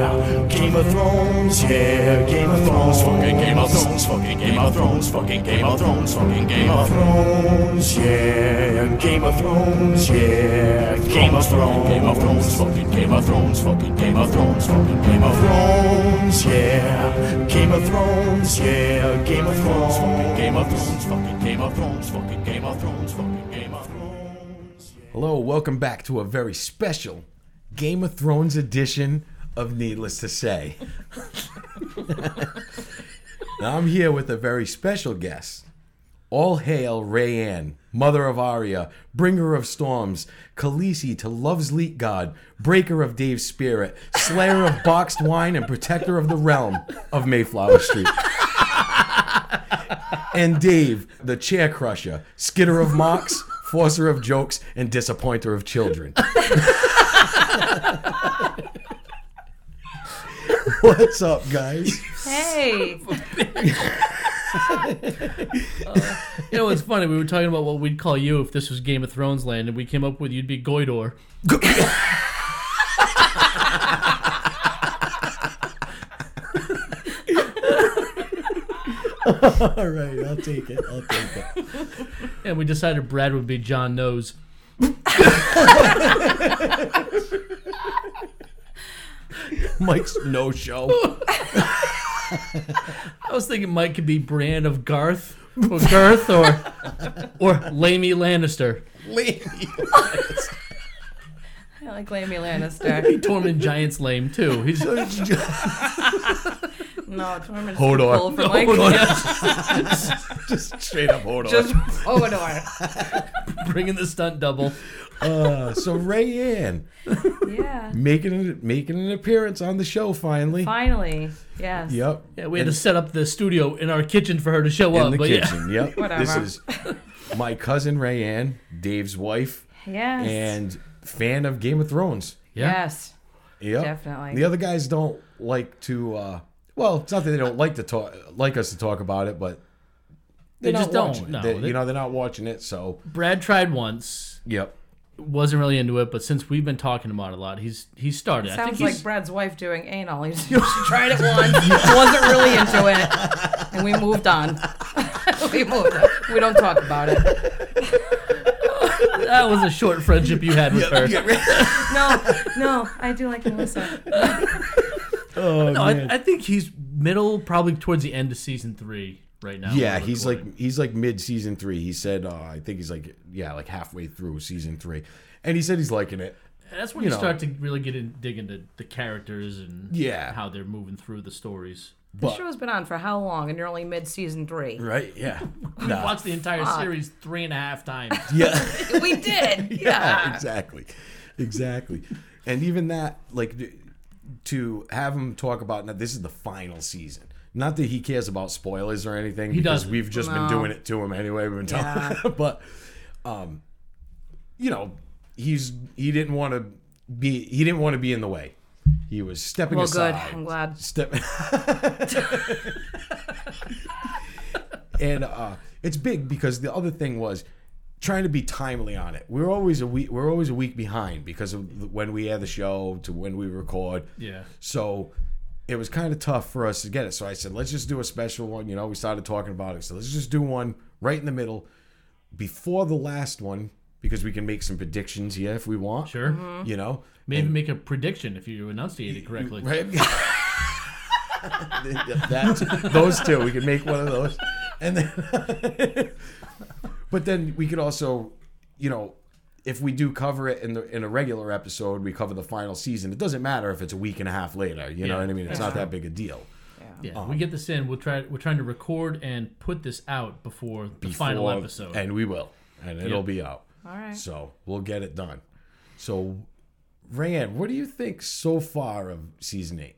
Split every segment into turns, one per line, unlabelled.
Game of Thrones, yeah, Game of Thrones, fucking Game of Thrones, fucking Game of Thrones, fucking Game of Thrones, fucking Game of Thrones, yeah, Game of Thrones, yeah, Game of Thrones, Game of Thrones, fucking Game of Thrones, fucking Game of Thrones, fucking Game of Thrones, yeah, Game of Thrones, yeah, Game of Thrones, fucking Game of Thrones, fucking Game of Thrones, fucking Game of Thrones, fucking Game of Thrones.
Hello, welcome back to a very special Game of Thrones edition of Needless to Say. now I'm here with a very special guest. All hail Rayanne, mother of Arya, bringer of storms, Khaleesi to love's leak god, breaker of Dave's spirit, slayer of boxed wine, and protector of the realm of Mayflower Street. and Dave, the chair crusher, skitter of mocks, forcer of jokes, and disappointer of children. What's up, guys?
Hey,
You know, it's funny. We were talking about what we'd call you if this was Game of Thrones land, and we came up with you'd be Goidor.
All right, I'll take it. I'll take it.
And we decided Brad would be John Nose.
Mike's no show.
I was thinking Mike could be Brand of Garth or Girth or or Lamy Lannister.
I like Lamy Lannister.
Tormund Giant's lame too. He's
Oh
No, Tormund's
Hodor.
too cool for Mike.
Just straight up hold on.
Just Hodor.
bringing the stunt double.
Uh, so Rayanne
Yeah.
making an, making an appearance on the show finally.
Finally, yes.
Yep.
Yeah, we had to set up the studio in our kitchen for her to show
in
up.
the
but
kitchen. Yep. This
Whatever.
is my cousin Rayanne, Dave's wife,
Yes.
and fan of Game of Thrones.
yeah, yeah.
Yes.
Yep.
Definitely.
The other guys don't like to. Uh, well, it's not that they don't like to talk, like us to talk about it, but
They just don't. No,
they,
they-
you know, they're not watching it. So,
Brad tried once,
yep.
wasn't really into it, but since we've been talking about it a lot, he's he started. I think
Sounds
he's,
like Brad's wife doing anal. He's- She tried it once, wasn't really into it, and we moved on. we moved on. We don't talk about it.
that was a short friendship you had with her.
No, no, I do like Melissa.
No, I, I think he's middle, probably towards the end of season three right now.
Yeah,
We're
he's
recording.
like he's like mid season three. He said, uh, I think he's like yeah, like halfway through season three, and he said he's liking it.
And that's when
you
you,
know.
start to really get in, dig into the characters and
Yeah.
how they're moving through the stories.
The show's been on for how long? And you're only mid season three.
Right? Yeah.
We watched the entire series three and a half times.
Yeah.
We did.
yeah.
Yeah.
Exactly. Exactly. And even that, like, d- to have him talk about now, this is the final season. Not that he cares about spoilers or anything, because
doesn't.
we've just been
No.
doing it to him anyway. We've been telling,
Yeah.
but um, you know, he's he didn't want to be he didn't want to be in the way. He was stepping
Well, good.
aside.
I'm glad.
Step. and uh, it's big because the other thing was trying to be timely on it. We're always a week. We're always a week behind because of the, when we air the show to when we record.
Yeah.
So it was kind of tough for us to get it. So I said, let's just do a special one. You know, we started talking about it. So let's just do one right in the middle before the last one because we can make some predictions here if we want.
Sure.
Mm-hmm.
You know.
Maybe make a prediction if you enunciate it correctly.
Right? That's, those two. We could make one of those. And then But then we could also, you know, if we do cover it in the in a regular episode, we cover the final season. It doesn't matter if it's a week and a half later, you know
Yeah,
what I mean? It's not that big a deal.
Yeah. we get this in. We'll try. We're trying to record and put this out before the final
Before-
episode.
And we will. And it'll
Yep.
be out.
All right.
So we'll get it done. So Rayanne, what do you think so far of season eight?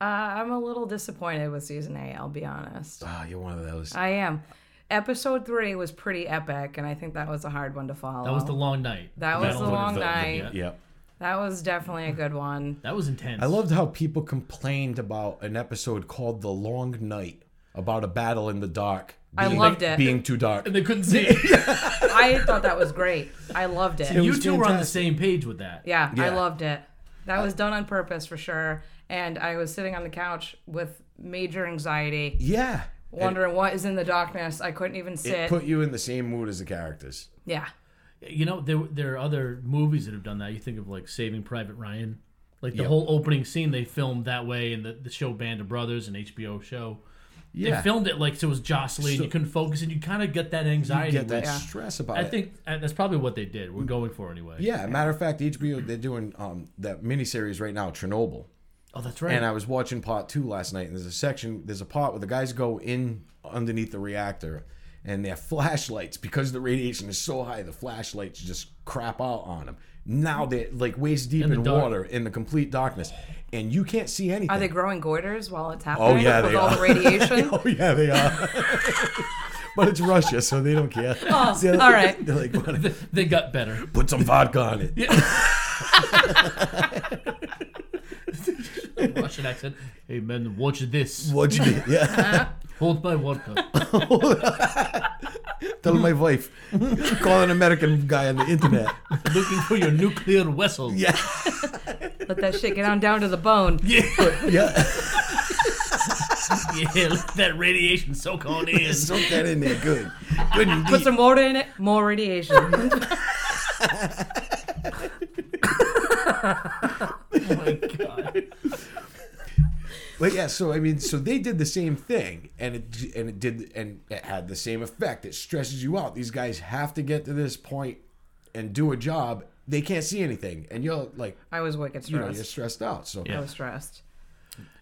Uh, I'm a little disappointed with season eight. I'll be honest.
Ah, you're one of those.
I am. Episode three was pretty epic, and I think that was a hard one to follow.
that was the long night.
That was
Battle
the
of
long
Winterfell.
night.
Yeah.
yep.
That was definitely a good one.
That was intense.
I loved how people complained about an episode called "The Long Night" about a battle in the dark.
I loved it.
Being too dark.
And they couldn't see. it.
I thought that was great. I loved it.
It
you
was
two were on the
fantastic.
same page with that.
Yeah,
Yeah.
I loved it. That was done on purpose for sure. And I was sitting on the couch with major anxiety,
Yeah. It-
wondering what is in the darkness. I couldn't even
It,
sit.
put you in the same mood as the characters.
yeah.
You know, there there are other movies that have done that. You think of like Saving Private Ryan, like the whole opening scene they filmed that way, and the, the show Band of Brothers, an HBO show.
Yeah.
They filmed it like so it was jostling,
So-
you couldn't focus, and you kind of get that anxiety.
Get that
with-
stress about
I
it.
think uh, that's probably what they did. We're going for anyway.
Yeah, matter of fact, HBO they're doing um, that miniseries right now, Chernobyl.
Oh, that's right.
And uh, I was watching part two last night, and there's a section, there's a part where the guys go in underneath the reactor, and their flashlights, because the radiation is so high, the flashlights just crap out on them. Now they're like waist deep in,
the dark.
water in the complete darkness, and you can't see anything.
Are they growing goiters while it's happening
Oh, yeah,
with
they
all
are.
the radiation?
oh yeah, they are. but it's Russia, so they don't care.
Oh,
See,
all right.
They're like, "What-
they got better.
put some vodka on it.
Russian accent. Hey man, watch this.
What'd you do? Yeah.
Hold my vodka.
Tell my wife. Call an American guy on the internet.
Looking for your nuclear vessel. Yeah.
Let that shit get on down to the bone.
Yeah.
yeah let that radiation soak on in.
Soak that in there good. Good and
Put
deep.
some water in it, more radiation.
Oh my god.
But yeah, so I mean, so they did the same thing, and it and it did and it had the same effect. It stresses you out. These guys have to get to this point and do a job. They can't see anything, and you're like,
I was wicked
you know, you're
stressed.
stressed out. So
I was stressed.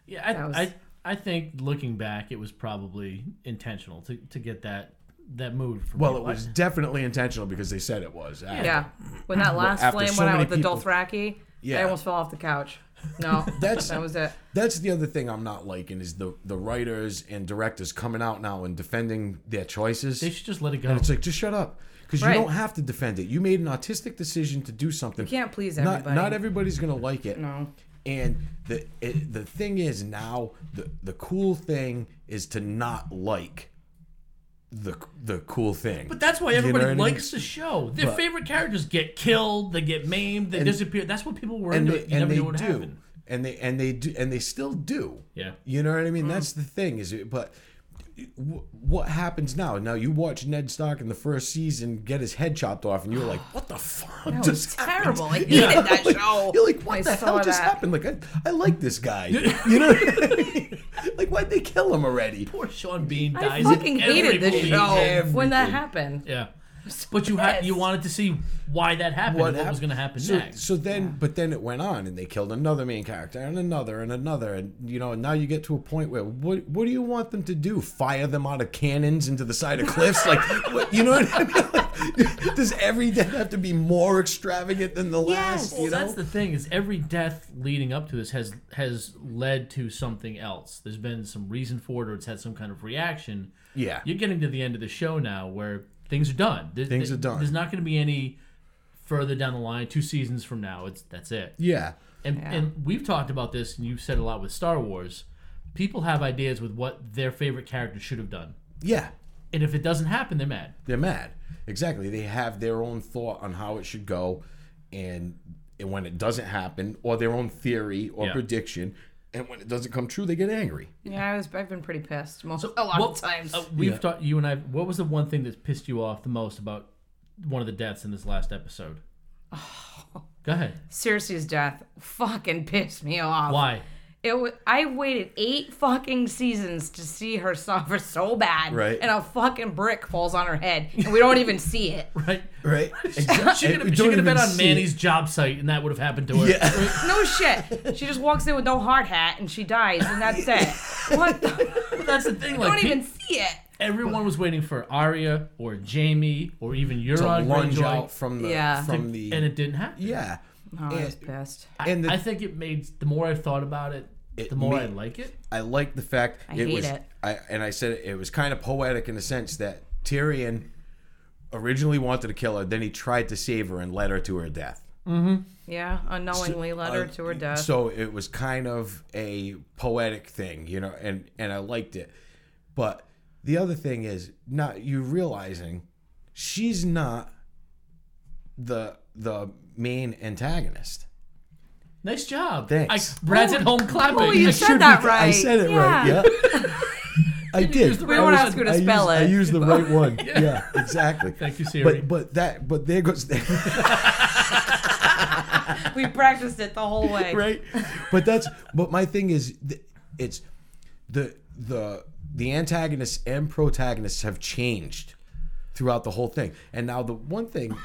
Yeah, I,
was-
I I think looking back, it was probably intentional to, to get that that mood. From
well, it
people.
was definitely intentional because they said it was. Yeah.
Yeah. When that last
after
flame
so
went out
many
with the
people-
Dothraki,
Yeah.
I almost fell off the couch. No,
That's-
that was it.
That's the other thing I'm not liking is the the writers and directors coming out now and defending their choices.
They should just let it go.
And it's like, just shut up. Because
Right.
you don't have to defend it. You made an autistic decision to do something. You
can't please
Not,
everybody.
not everybody's going to like it.
No.
And the it, the thing is now the the cool thing is to not like the the cool thing.
But that's why
You know
everybody
what I mean?
likes the show. Their favorite characters get killed, they get maimed, they disappear. That's what people were
and
into.
they,
you never
and they
knew what
do.
happened.
And they and they do and they still do.
Yeah.
You know what I
Mm.
mean? That's the thing is it, but wh- what happens now? Now you watch Ned Stark in the first season get his head chopped off, and you're like, "What the fuck?"
That was
just happened?"
terrible. I hated that show.
You're like, what
I
the
saw
hell just
that.
happened? Like, I, I like this guy. you know what I mean? Like, why'd they kill him already?
Poor Sean Bean
I
dies. in
fucking
every
hated this
movie.
show when that
Everything.
happened.
Yeah. But you ha-
pissed.
you wanted to see why that happened, what, what was
hap-
going to happen
so,
next.
So then, but then it went on, and they killed another main character, and another, and another, and you know, and now you get to a point where what what do you want them to do? Fire them out of cannons into the side of cliffs? like, what, you know what I mean? Like, does every death have to be more extravagant than the last?
Well,
you know,
that's the thing is every death leading up to this has has led to something else. There's been some reason for it, or it's had some kind of reaction.
Yeah.
you're getting to the end of the show now where things are done. There-
Things
there-
are done.
There's not going to be any further down the line. Two seasons from now, it's that's it.
yeah,
And and we've talked about this, and you've said a lot with Star Wars. People have ideas with what their favorite character should have done,
yeah,
and if it doesn't happen, they're mad.
they're mad. Exactly, they have their own thought on how it should go, and and when it doesn't happen, or their own theory or
Yeah.
prediction, and when it doesn't come true, they get angry.
Yeah, I was. I've been pretty pissed most a lot
What-
of times.
oh.
uh, we've talked. You and I. What was the one thing that pissed you off the most about one of the deaths in this last episode? Go ahead.
Cersei's death fucking pissed me off.
Why?
It w- I waited eight fucking seasons to see her suffer so bad,
Right.
And a fucking brick falls on her head, and we don't even see it.
Right.
Right?
She could
We
have
don't
been
even
on
see it.
Manny's job site, and that would have happened to her.
Yeah.
No shit. She just walks in with no hard hat, and she dies, and that's it. What? The-
But that's the thing.
I
Like,
don't
pe-
even see it.
everyone was waiting for Arya or Jamie or even Euron
lunge
Greyjoy,
out from the
Yeah.
from the
and it didn't happen.
yeah.
Oh, I was
and,
pissed.
and the,
I
I,
think it made. The more I thought about it, the more I
made-
like it.
like the fact it
hate
was
it.
I and I said it, it was kind of poetic in the sense that Tyrion originally wanted to kill her, then he tried to save her and led her to her death.
Yeah, unknowingly led her
Uh,
to her death.
So it was kind of a poetic thing, you know, and and I liked it. But the other thing is not you realizing she's not the the main antagonist.
Nice job.
Thanks.
I, Brad's at home clapping.
oh, you
I
said
should be-
that right.
I said it right.
Yeah.
Yeah. I did.
the
We
right
won't
one.
ask you to
I
spell
used,
it.
I used the right one. yeah. exactly.
Thank you, Siri.
But but that but there goes
we practiced it the whole way.
right. But that's but my thing is th- it's the the the antagonists and protagonists have changed throughout the whole thing. And now the one thing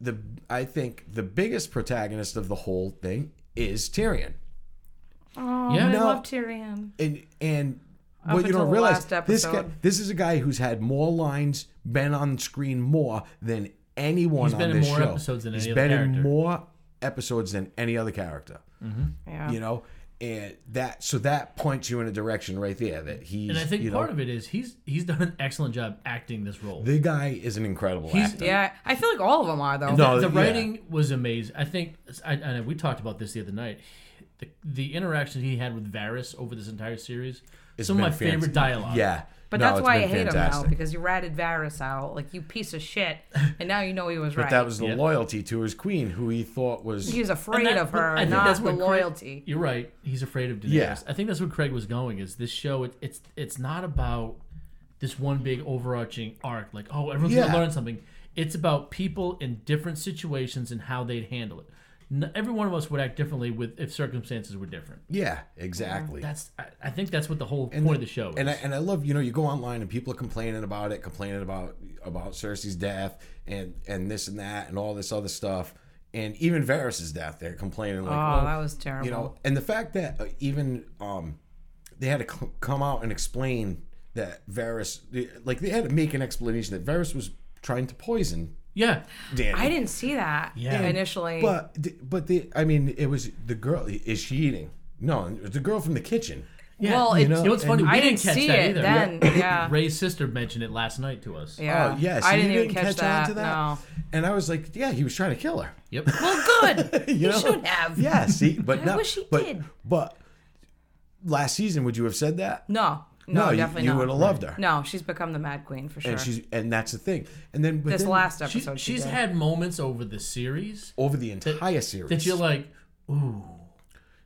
the I think the biggest protagonist of the whole thing is Tyrion.
Oh,
Yeah.
I
No.
love Tyrion.
and and
Up
what you
until
don't
the
realize
last
this guy
episode.
this is a guy who's had more lines been on screen more than anyone
He's
on
been in
this
more
show.
episodes than
He's
any other
been in
character.
more episodes than any other character.
Yeah.
You know, and that so that points you in a direction right there that he's
and I think
you
part
know,
of it is he's he's done an excellent job acting this role.
the guy is an incredible
He's-
actor.
yeah. I feel like all of them are though.
No.
the
yeah.
writing was amazing. I think, I, and we talked about this the other night. The, the interaction he had with Varys over this entire series,
It's
some of
been
my
fantastic.
favorite dialogue.
Yeah.
But
No,
that's
it's
why I
been
hate him now
fantastic.
because you ratted Varys out, like you piece of shit, and now you know he was
But
right.
that was the
Yeah.
loyalty to his queen, who he thought was
He's afraid
that-
of
but
her,
I think
not
that's
the
what Craig-
loyalty.
You're right. He's afraid of Daenerys.
Yeah.
I think that's where Craig was going. Is this show? It, it's it's not about this one big overarching arc. Like oh, everyone's
Yeah.
gonna learn something. It's about people in different situations and how they'd handle it. N every one of us would act differently with if circumstances were different.
yeah, exactly.
That's I, I think that's what the whole
And
point of the show is.
And I, and I love you know you go online and people are complaining about it, complaining about about Cersei's death and and this and that and all this other stuff, and even Varys's death. They're complaining like,
Oh,
well,
that was terrible.
you know, and the fact that uh, even um they had to c- come out and explain that Varys, like they had to make an explanation that Varys was trying to poison
yeah,
Danny.
I didn't see that
Yeah.
initially.
but but the I mean it was the girl. Is she eating? No, it was the girl from the kitchen.
yeah.
Well, You it's-
know,
you know what's funny?
and-
We
I
didn't,
didn't
catch
see
that
it
either.
then. Yeah.
Ray's sister mentioned it last night to us.
Uh, yeah.
Oh yes,
I didn't,
you
even catch, that.
on to that.
No.
And I was like, yeah, he was trying to kill her.
Yep.
Well, good. you
know?
should have.
Yeah, see, but
I
no,
wish he
but,
did.
But last season, would you have said that?
No. No,
you,
definitely
you
not.
would have loved her.
No, she's become the Mad Queen for sure.
and she's and that's the thing. And then but
this
then
last
She-
episode, she
she's
did.
had moments over the series
over the entire series,
that you're like, ooh,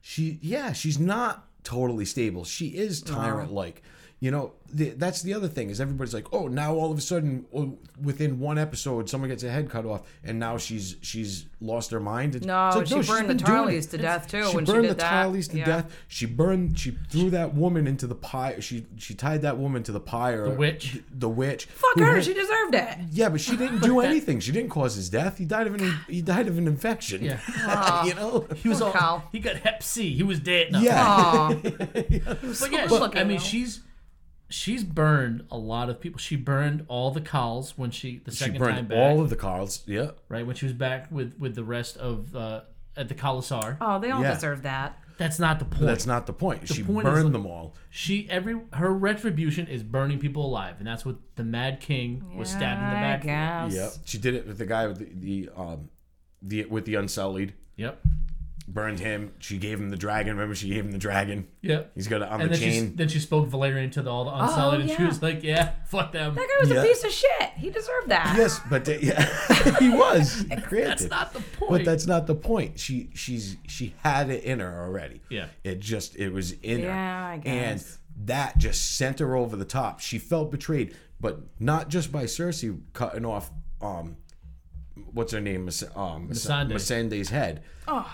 she yeah, she's not totally stable. She is tyrant like. You know, the, that's the other thing is everybody's like, oh, now all of a sudden, oh, within one episode, someone gets a head cut off, and now she's she's lost her mind. It's
No,
like,
she
she's
burned the
been doing it.
Tarleys to death too
she
when
burned
she
the
did that.
Tarleys to
Yeah.
death. She burned. She threw that woman into the pyre. She she tied that woman to the pyre. The
witch.
The, witch.
Fuck
who
her.
had-
She deserved it.
yeah, but she didn't do anything. She didn't cause his death. He died of an he died of an infection.
Yeah.
you know.
he was
Poor
all,
cow.
he got Hep C, he was dead. No.
Yeah.
Aw.
but yeah,
good
she-
looking,
I mean,
though.
she's she's burned a lot of people. She burned all the Cals when she the
She
second time
burned
back,
all of the Carls. Yeah.
right? When she was back with with the rest of uh, at the Colasar.
Oh, they all
Yeah.
deserve that.
That's not the point.
That's not the point. she
point is,
burned
like-
them all.
she every her retribution is burning people alive, and that's what the Mad King was stabbed in the back. for.
I guess.
Yeah. She did it with the guy with the, the um the with the unsullied.
Yep.
Burned him. She gave him the dragon. Remember, she gave him the dragon.
Yep.
He's got it on
and
the
then she,
chain.
then she spoke Valerian to the, all the unsolid, and she
Oh, yeah.
was like, "Yeah, fuck them."
That guy was
Yeah.
a piece of shit. He deserved that.
Yes, but they- yeah, he was. Granted.
That's not the point.
But that's not the point. She she's she had it in her already.
Yeah.
It just it was in her.
Yeah, I guess.
And that just sent her over the top. She felt betrayed, but not just by Cersei cutting off um what's her name Mas- um Mas-
Missandei.
Missande's head. Oh.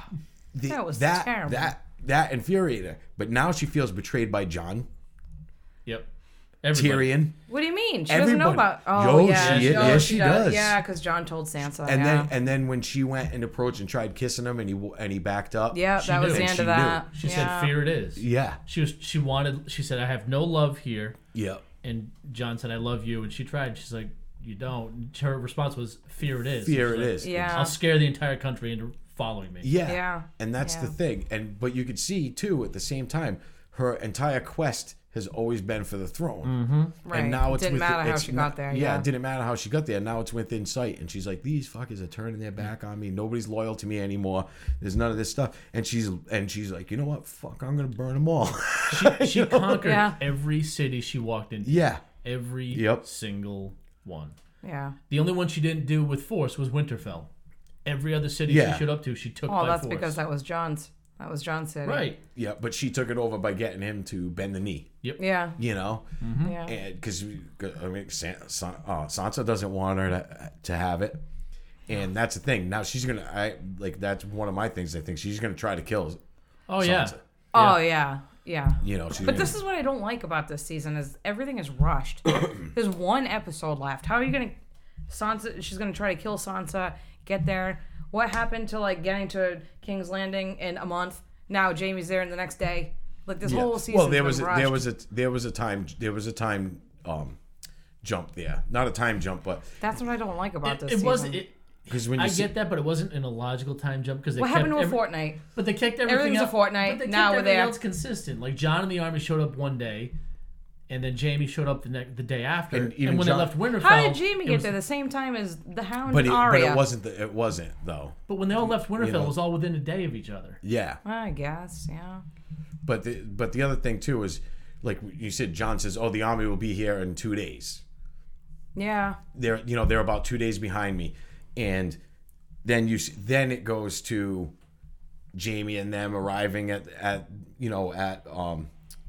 that was
that,
terrible.
That that infuriated her. But now she feels betrayed by John
yep. Everybody.
Tyrion.
What do you mean? She doesn't know
Everybody.
about. Oh,
Yo,
yeah,
she- yeah, she does.
Yeah, because John told Sansa.
And
yeah.
then and then when she went and approached and tried kissing him and he w- and he backed up.
yeah, that was
knew.
the
And
end
she
of that.
She
yeah.
said, "Fear it is."
Yeah.
She was. She wanted. She said, "I have no love here."
Yeah.
And John said, "I love you." And she tried. and She's like, "You don't." And her response was, "Fear it is."
Here it
She's like,
is.
Yeah.
I'll scare the entire country into following me.
Yeah.
Yeah.
And that's the
Yeah.
thing. And but you could see too at the same time, her entire quest has always been for the throne. Mm-hmm.
Right.
And now
It
it's
didn't
within-
matter how
it's
she
not-
got there,
Yeah,
yeah.
it didn't matter how she got there. Now it's within sight, and she's like, "These fuckers are turning their back on me. Nobody's loyal to me anymore. There's none of this stuff." And she's and she's like, "You know what? Fuck, I'm gonna burn them all."
She, she conquered
Yeah.
every city she walked into.
yeah,
Every
Yep.
single one.
Yeah.
The only one she didn't do with force was Winterfell. Every other city
Yeah.
she showed up to, she took.
Oh,
by
that's
force.
because that was John's. That was John City.
Right.
Yeah, but she took it over by getting him to bend the knee.
Yeah.
You know,
Yeah.
and because I mean, San, San, uh, Sansa doesn't want her to to have it, and that's the thing. Now she's gonna. I like that's one of my things. I think she's gonna try to kill.
Oh yeah.
Sansa.
Oh yeah. Yeah.
You know, she's
But
gonna-
this is what I don't like about this season is everything is rushed. There's one episode left. How are you gonna Sansa she's gonna try to kill Sansa, get there. What happened to like getting to King's Landing in a month? Now Jamie's there in the next day. Like this
Yeah.
whole season.
Well, there was a, there was a there was a time there was a time um jump there. Not a time jump, but
That's what I don't like about
It,
this
it
season.
wasn't. It,
because when you
I
see,
get that, but it wasn't an illogical time jump because they
what
kept
happened to a
every-
fortnight?
But they kicked everything.
Everything's a
out-
fortnight.
But they
Now
kicked
we're
everything
there.
else consistent. Like John and the army showed up one day, and then Jamie showed up the next the day after.
And
And,
even
when
Jon-
they left Winterfell,
How did Jamie
it
get
was-
there the same time as the Hound
but
and
it, but
Arya?
it wasn't the, it wasn't though.
But when they all left Winterfell,
know.
it was all within a day of each other.
Yeah,
I guess, yeah.
but the but the other thing too is like you said, John says, "Oh, the army will be here in two days."
Yeah.
they're you know they're about two days behind me, and then you s- then it goes to Jamie and them arriving at at you know at um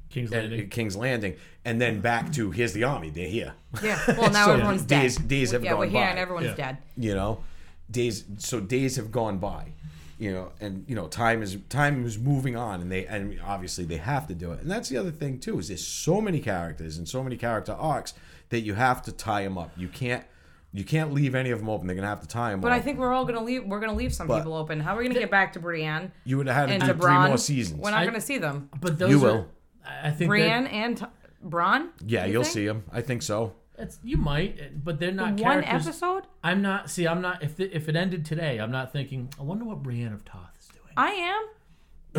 King's
at,
Landing.
at King's Landing, and then back to here's the army, they're here.
Yeah. Well, now
So
everyone's dead.
days- days have
yeah,
gone
we're here
by.
and everyone's
Yeah.
dead.
You know, days so days have gone by. You know, and you know time is time is moving on, and they and obviously they have to do it. And that's the other thing too is there's so many characters and so many character arcs that you have to tie them up. You can't you can't leave any of them open. They're gonna have to tie them.
But I think we're all gonna leave. We're gonna leave some
But-
people open. How are we gonna get back to Brienne
you would have had
and
to
to
do three
Bronn?
more seasons.
We're not
I-
gonna see them.
But those
You
are,
will.
I I think
Brienne
that-
and t- Bronn.
yeah,
you
you will
think?
see them. I think so.
that's, you might, but they're not
One
characters.
episode.
I'm not. See, I'm not. If the, if it ended today, I'm not thinking. I wonder what Brienne of Toth is doing.
I am.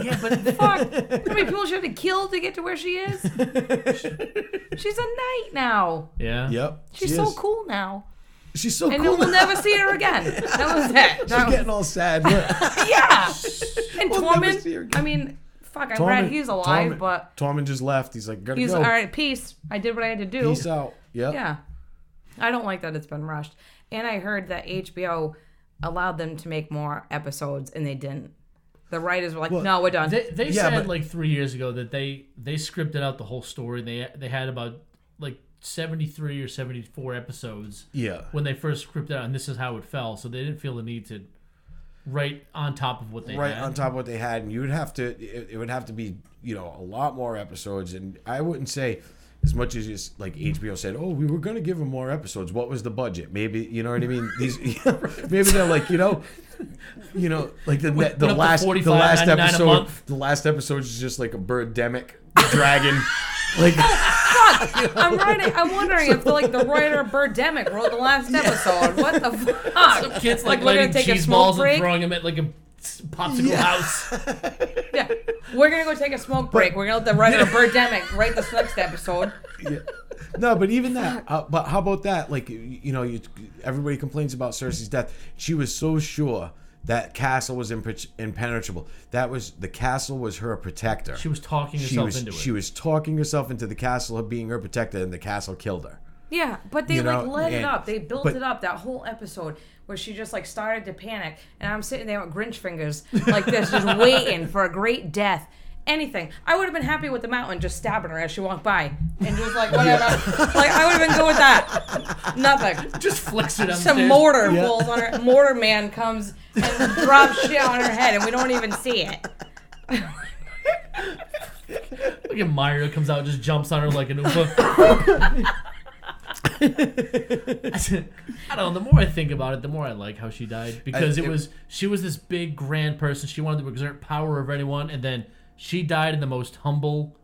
Yeah, but
Fuck. How many people she had to kill to get to where she is? She's a knight now.
yeah,
Yep.
She's
she
so
is.
cool now,
She's so
and
cool.
we'll never see her again. That was it. That
She's
was,
getting all sad. Look.
yeah. And
We'll never see her
Tormund.
again.
I mean, fuck. I'm glad he's alive,
Tormund-
but
Tormund just left. He's like, gotta
he's
go.
all right. Peace. I did what I had to do.
Peace out. Yep.
Yeah. I don't like that it's been rushed. And I heard that HBO allowed them to make more episodes and they didn't. The writers were like, no, we're done.
They, they
Yeah,
said
but-
like three years ago that they they scripted out the whole story. They they had about like seventy three or seventy four episodes
Yeah.
when they first scripted out, and this is how it fell. So they didn't feel the need to write on top of what they
Right
had.
on top of what they had, and you would have to. It, it would have to be, you know, a lot more episodes. And I wouldn't say, as much as just like HBO said, oh, we were gonna give him more episodes. What was the budget? Maybe you know what I mean. These, maybe they're like, you know, you know, like the the,
up to
last the
45,
last
99 a
episode,
month.
the last episode is just like a birdemic dragon, like.
I'm writing, I'm wondering if like the writer Birdemic wrote the last episode. What the fuck?
Kids like,
we're gonna
lighting
take a
cheese
smoke
balls
break?
and throwing them at like a popsicle house.
Yeah. We're going to go take a smoke break. We're going to let the writer Birdemic write this next episode.
No, but even that. Uh, but how about that? Like you, you know, you everybody complains about Cersei's death. She was so sure that castle was impe- impenetrable. That was the castle was her protector.
She was talking
She
herself
was-
into it.
She was talking herself into the castle of being her protector, and the castle killed her.
Yeah, but they
You
like
know,
let it
and-
up. They built
but-
it up that whole episode where she just like started to panic, and I'm sitting there with Grinch fingers like this, just waiting for a great death. Anything. I would have been happy with the mountain just stabbing her as she walked by, and just like whatever. Like I would have been good with that. Nothing.
just flicks it
Some
upstairs.
mortar falls on her. Mortar man comes and drops shit on her head, and we don't even see it.
Like a Myra comes out, and just jumps on her like an Uber. I don't know. The more I think about it, the more I like how she died because
I-
it,
it-
was she was this big grand person. She wanted to exert power over anyone, and then she died in the most humble,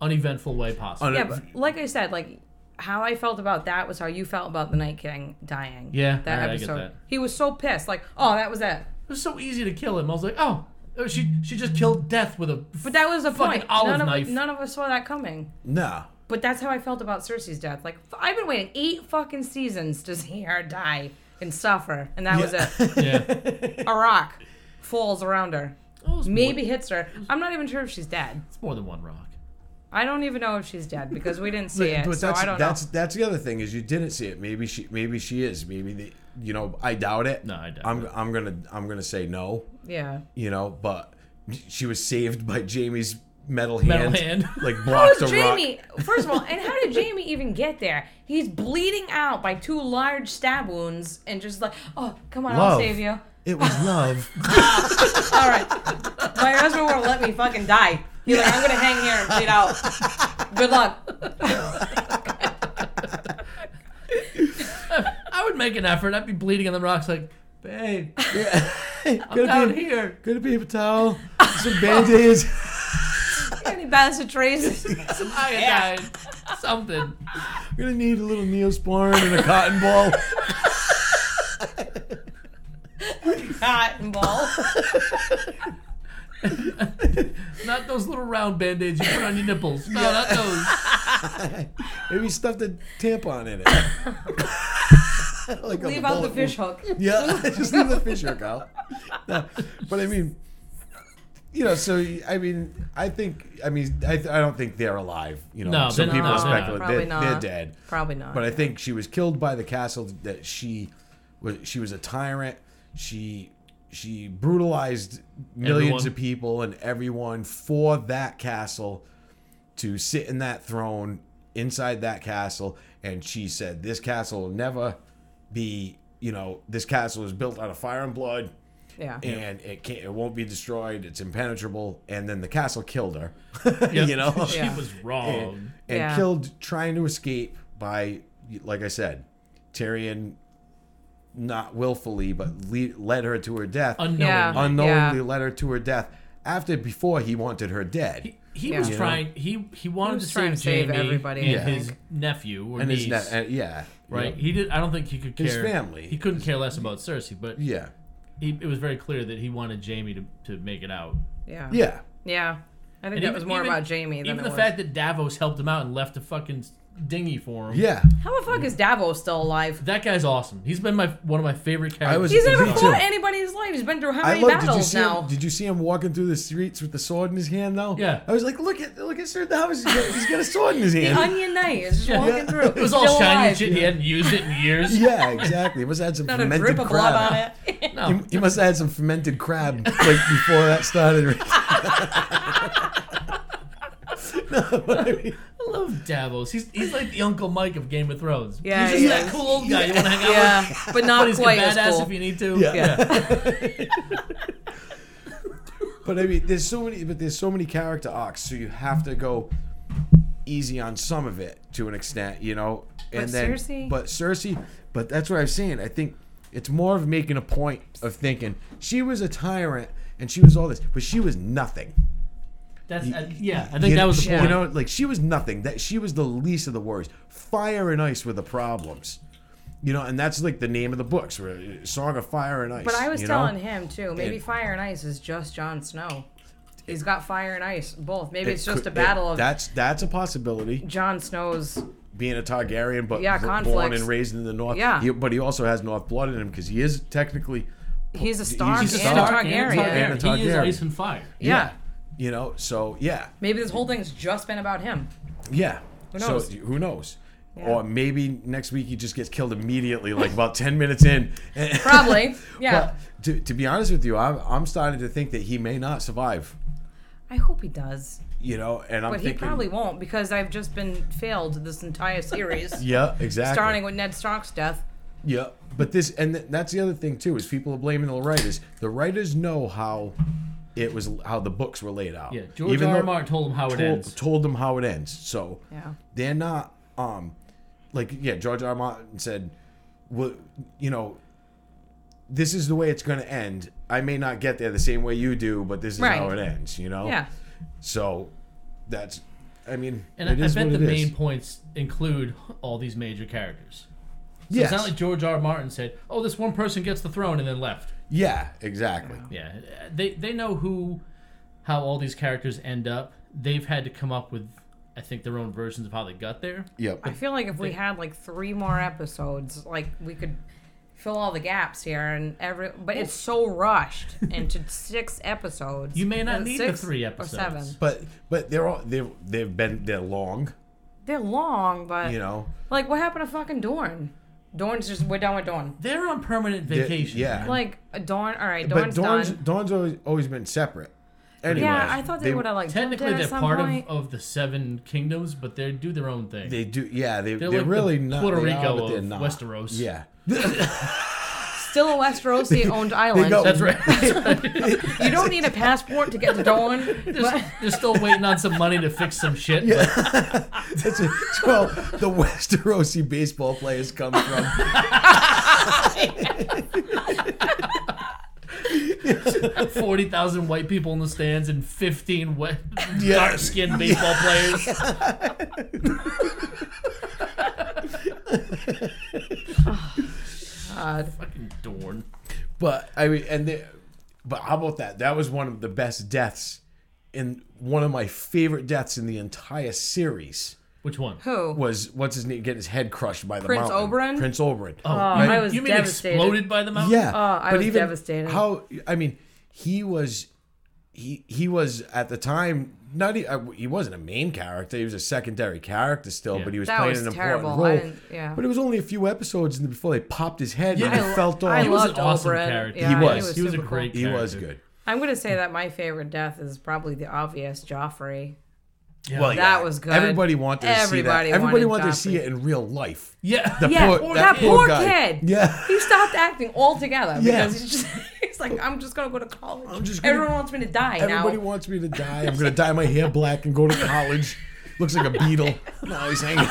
uneventful way possible.
Yeah, but like I said, like how I felt about that was how you felt about the Night King dying.
Yeah,
that
alright, I get
episode.
that.
He was so pissed. Like, oh, that was it.
it was so easy to kill him. I was like, oh, oh, she she just killed death with a.
But that was the
Fucking
point.
olive
none of
knife.
none of us saw that coming.
Nah.
But that's how I felt about Cersei's death. Like, f- I've been waiting eight fucking seasons to see her die and suffer, and that was it.
yeah.
A rock falls around her,
Oh, it's
maybe
more,
hits her. I'm not even sure if she's dead.
it's more than one rock.
I don't even know if she's dead because we didn't see it,
But
so
that's
I don't
that's
know.
that's the other thing is you didn't see it. Maybe she maybe she is. Maybe they, you know I doubt it.
No, I doubt
I'm
it.
I'm gonna I'm gonna say no.
Yeah,
You know, but she was saved by Jamie's metal hand,
Metal hand. Oh,
like
How
blocked
is
a
Jamie?
rock.
First of all, and how did Jamie even get there? He's bleeding out by two large stab wounds, and just like, oh, come on, I'll
Love.
save you.
It was love.
All right, my husband won't let me fucking die. He's like, I'm gonna hang here and bleed out. Good luck.
I would make an effort. I'd be bleeding on the rocks like, babe,
Gonna
down
be,
here.
Gonna be a towel, some band-aids.
Any balance of traces?
Some iodine. Something.
I'm gonna need a little neosporin and a cotton ball.
Cotton ball.
Not those little round band-aids you put on your nipples. No, not those.
Maybe stuff the tampon in it. Like on
Leave out the
bullet-
fish hook.
Yeah, just leave the fish hook out. No, but I mean, you know, so I mean, I think, I mean, I, I don't think they're alive. You know,
No,
some
they're
people
not.
are
No, they're
speculating
not.
they're,
Probably not.
they're dead.
Probably not.
But I think she was killed by the castle that she was. She was a tyrant. She she brutalized millions
Everyone.
of people and everyone for that castle to sit in that throne inside that castle. And she said, "This castle will never be. You know, this castle is built out of fire and blood."
yeah.
And it can't, it won't be destroyed. It's impenetrable. And then the castle killed her.
Yep.
you know,
she
Yeah.
was wrong.
and
Yeah.
killed trying to escape by, like I said, Tyrion, not willfully, but le- led her to her death.
Unknowingly.
Yeah.
unknowingly
Yeah.
led her to her death after before he wanted her dead.
He, he
Yeah.
was
Yeah.
trying. He he wanted
was
to
trying
save
to save
Jamie
everybody,
and
I
his
think.
nephew or
and
niece.
his net, uh, yeah,
right.
yeah.
He did. I don't think he could care.
His family.
He couldn't care less about Cersei, but
yeah,
he, it was very clear that he wanted Jamie to, to make it out.
Yeah.
yeah,
Yeah. I think that was more about Jamie than
even
it
the
was.
fact that Davos helped him out and left a fucking dinghy for him.
yeah.
How the fuck is Davos still alive?
that guy's awesome. He's been my one of my favorite characters.
was-
He's
Me
never
too.
fought anybody in his life. He's been through how
I
many
love. Did you
battles
see
now?
him? Did you see him walking through the streets with the sword in his hand though?
Yeah.
I was like, look at look at Sir Davos. He's got, he's got a sword in his hand.
The Onion Knight is just walking through.
it was all shiny and shit. He hadn't used it in years.
yeah, exactly. He must have had some
Not a
fermented
drip of blood
crab.
on it.
No,
You, you must have had some fermented crab like before that started. no, but I mean,
I love Davos. He's he's like the Uncle Mike of Game of Thrones.
Yeah,
he's just
he
that
is.
cool old guy you want to hang out with.
yeah, but
But
not
he's a
quite as
badass
cool.
if you need to.
Yeah.
yeah.
but I mean, there's so many, but there's so many character arcs, so you have to go easy on some of it to an extent, you know. And
But
then,
Cersei-
but Cersei, but that's what I'm saying. I think it's more of making a point of thinking she was a tyrant and she was all this, but she was nothing.
That's uh, yeah. I think
You-
that was the
she-
point.
You know, like she was nothing. That she was the least of the worries. Fire and ice were the problems. You know, and that's like the name of the books, where uh, Song of Fire and Ice.
But I was
you know?
telling him too. Maybe
It-
Fire and Ice is just Jon Snow. He's got Fire and Ice both. Maybe
It
it's just
could-
a battle
it-
of
that's that's a possibility.
Jon Snow's.
Being a Targaryen, but
Yeah,
r- born
conflicts.
and raised in the North.
Yeah.
He- but he also has North blood in him because he is technically,
He's a Stark
He's a
and a
Stark
Targaryen.
Targaryen. And a
He is
Targaryen.
ice and fire.
Yeah.
you know. So yeah,
Maybe this whole thing's just been about him.
yeah. Who
knows?
So who knows?
Yeah.
Or maybe next week he just gets killed immediately, like about ten minutes in.
Probably. Yeah.
But to, to be honest with you, I'm, I'm starting to think that he may not survive.
I hope he does.
You know, and I'm
But he
thinking,
probably won't because I've just been failed this entire series.
yeah, exactly.
Starting with Ned Stark's death.
yeah, but this and th- that's the other thing too is people are blaming the writers. The writers know how it was, how the books were laid out.
Yeah, George
Even
R. R.
though-
Martin told him how it
told,
ends.
told them how it ends. So
Yeah.
they're not um like yeah, George R. R. Martin said, well, you know, this is the way it's going to end. I may not get there the same way you do, but this is how
Right.
it ends. You know.
Yeah.
So that's, I mean,
And
it
I, I
is
bet
what
the
it is.
main points include all these major characters. So
Yes.
It's not like George R. R. Martin said, "Oh, this one person gets the throne and then left."
yeah, exactly.
Yeah, uh, they they know who, how all these characters end up. They've had to come up with, I think, their own versions of how they got there.
Yep.
I feel like if we had like three more episodes, like we could fill all the gaps here and every. But it's so rushed into six episodes.
You may not
Uh,
need the
six
three
Or
episodes.
seven.
But but they're all they've they've been they're long.
They're long, but
You know.
like what happened to fucking Dorn? Dorn's just we're done with Dorn.
They're on permanent vacation.
yeah.
man.
Like Dorn, all right,
But
Dorn's,
Dawn's
done.
Dawn's always, always been separate. Anyway,
yeah, I thought they,
they-
would have like jumped in
Technically,
at
they're
some
part
point.
of, of the Seven Kingdoms, but they do their own thing.
They do, yeah. They, they're,
like the
really not
Puerto
they are,
Rico
but they're
of
not.
Westeros.
Yeah,
Still a Westerosi owned island.
go-
That's right.
You don't need a passport to get to Dolan. but-
They're still waiting on some money to fix some shit. but
that's it. well, the Westerosi baseball players come from.
Forty thousand white people in the stands and fifteen wet,
Yeah.
dark-skinned baseball players.
God.
Fucking Dorn.
But I mean, and they, but how about that? That was one of the best deaths, and one of my favorite deaths in the entire series
Which one?
Who?
was what's his name getting his head crushed by the
Prince
mountain.
Oberyn?
Prince Oberyn. Oh,
Oh,
I was
you mean
devastated.
exploded by the mountain?
yeah.
I was devastated.
How I mean, he was, he he was at the time not e- uh, he wasn't a main character. He was a secondary character still,
Yeah.
but he was
That
playing
was
an
terrible. I
important role.
didn't- yeah.
But it was only a few episodes before they popped his head
Yeah.
and
I-
it felt off.
I
He was an
loved
awesome
Oberyn.
character.
Yeah,
He was.
He was a
super
great
cool.
he was
character.
good.
I'm gonna say that my favorite death is probably the obvious Joffrey.
Well,
That was good.
Everybody wanted to
Everybody
see that. Everybody
wanted
wanted, to see
Joffrey.
it in real life.
Yeah.
The
Yeah,
poor,
that,
poor,
poor
guy.
kid.
Yeah.
He stopped acting altogether
Yeah.
because he's just he's like, I'm just gonna go to college.
I'm just gonna-
Everyone wants me to die
Everybody
now.
wants me to die. I'm gonna dye my hair black and go to college. Looks like a beetle. No, he's hanging.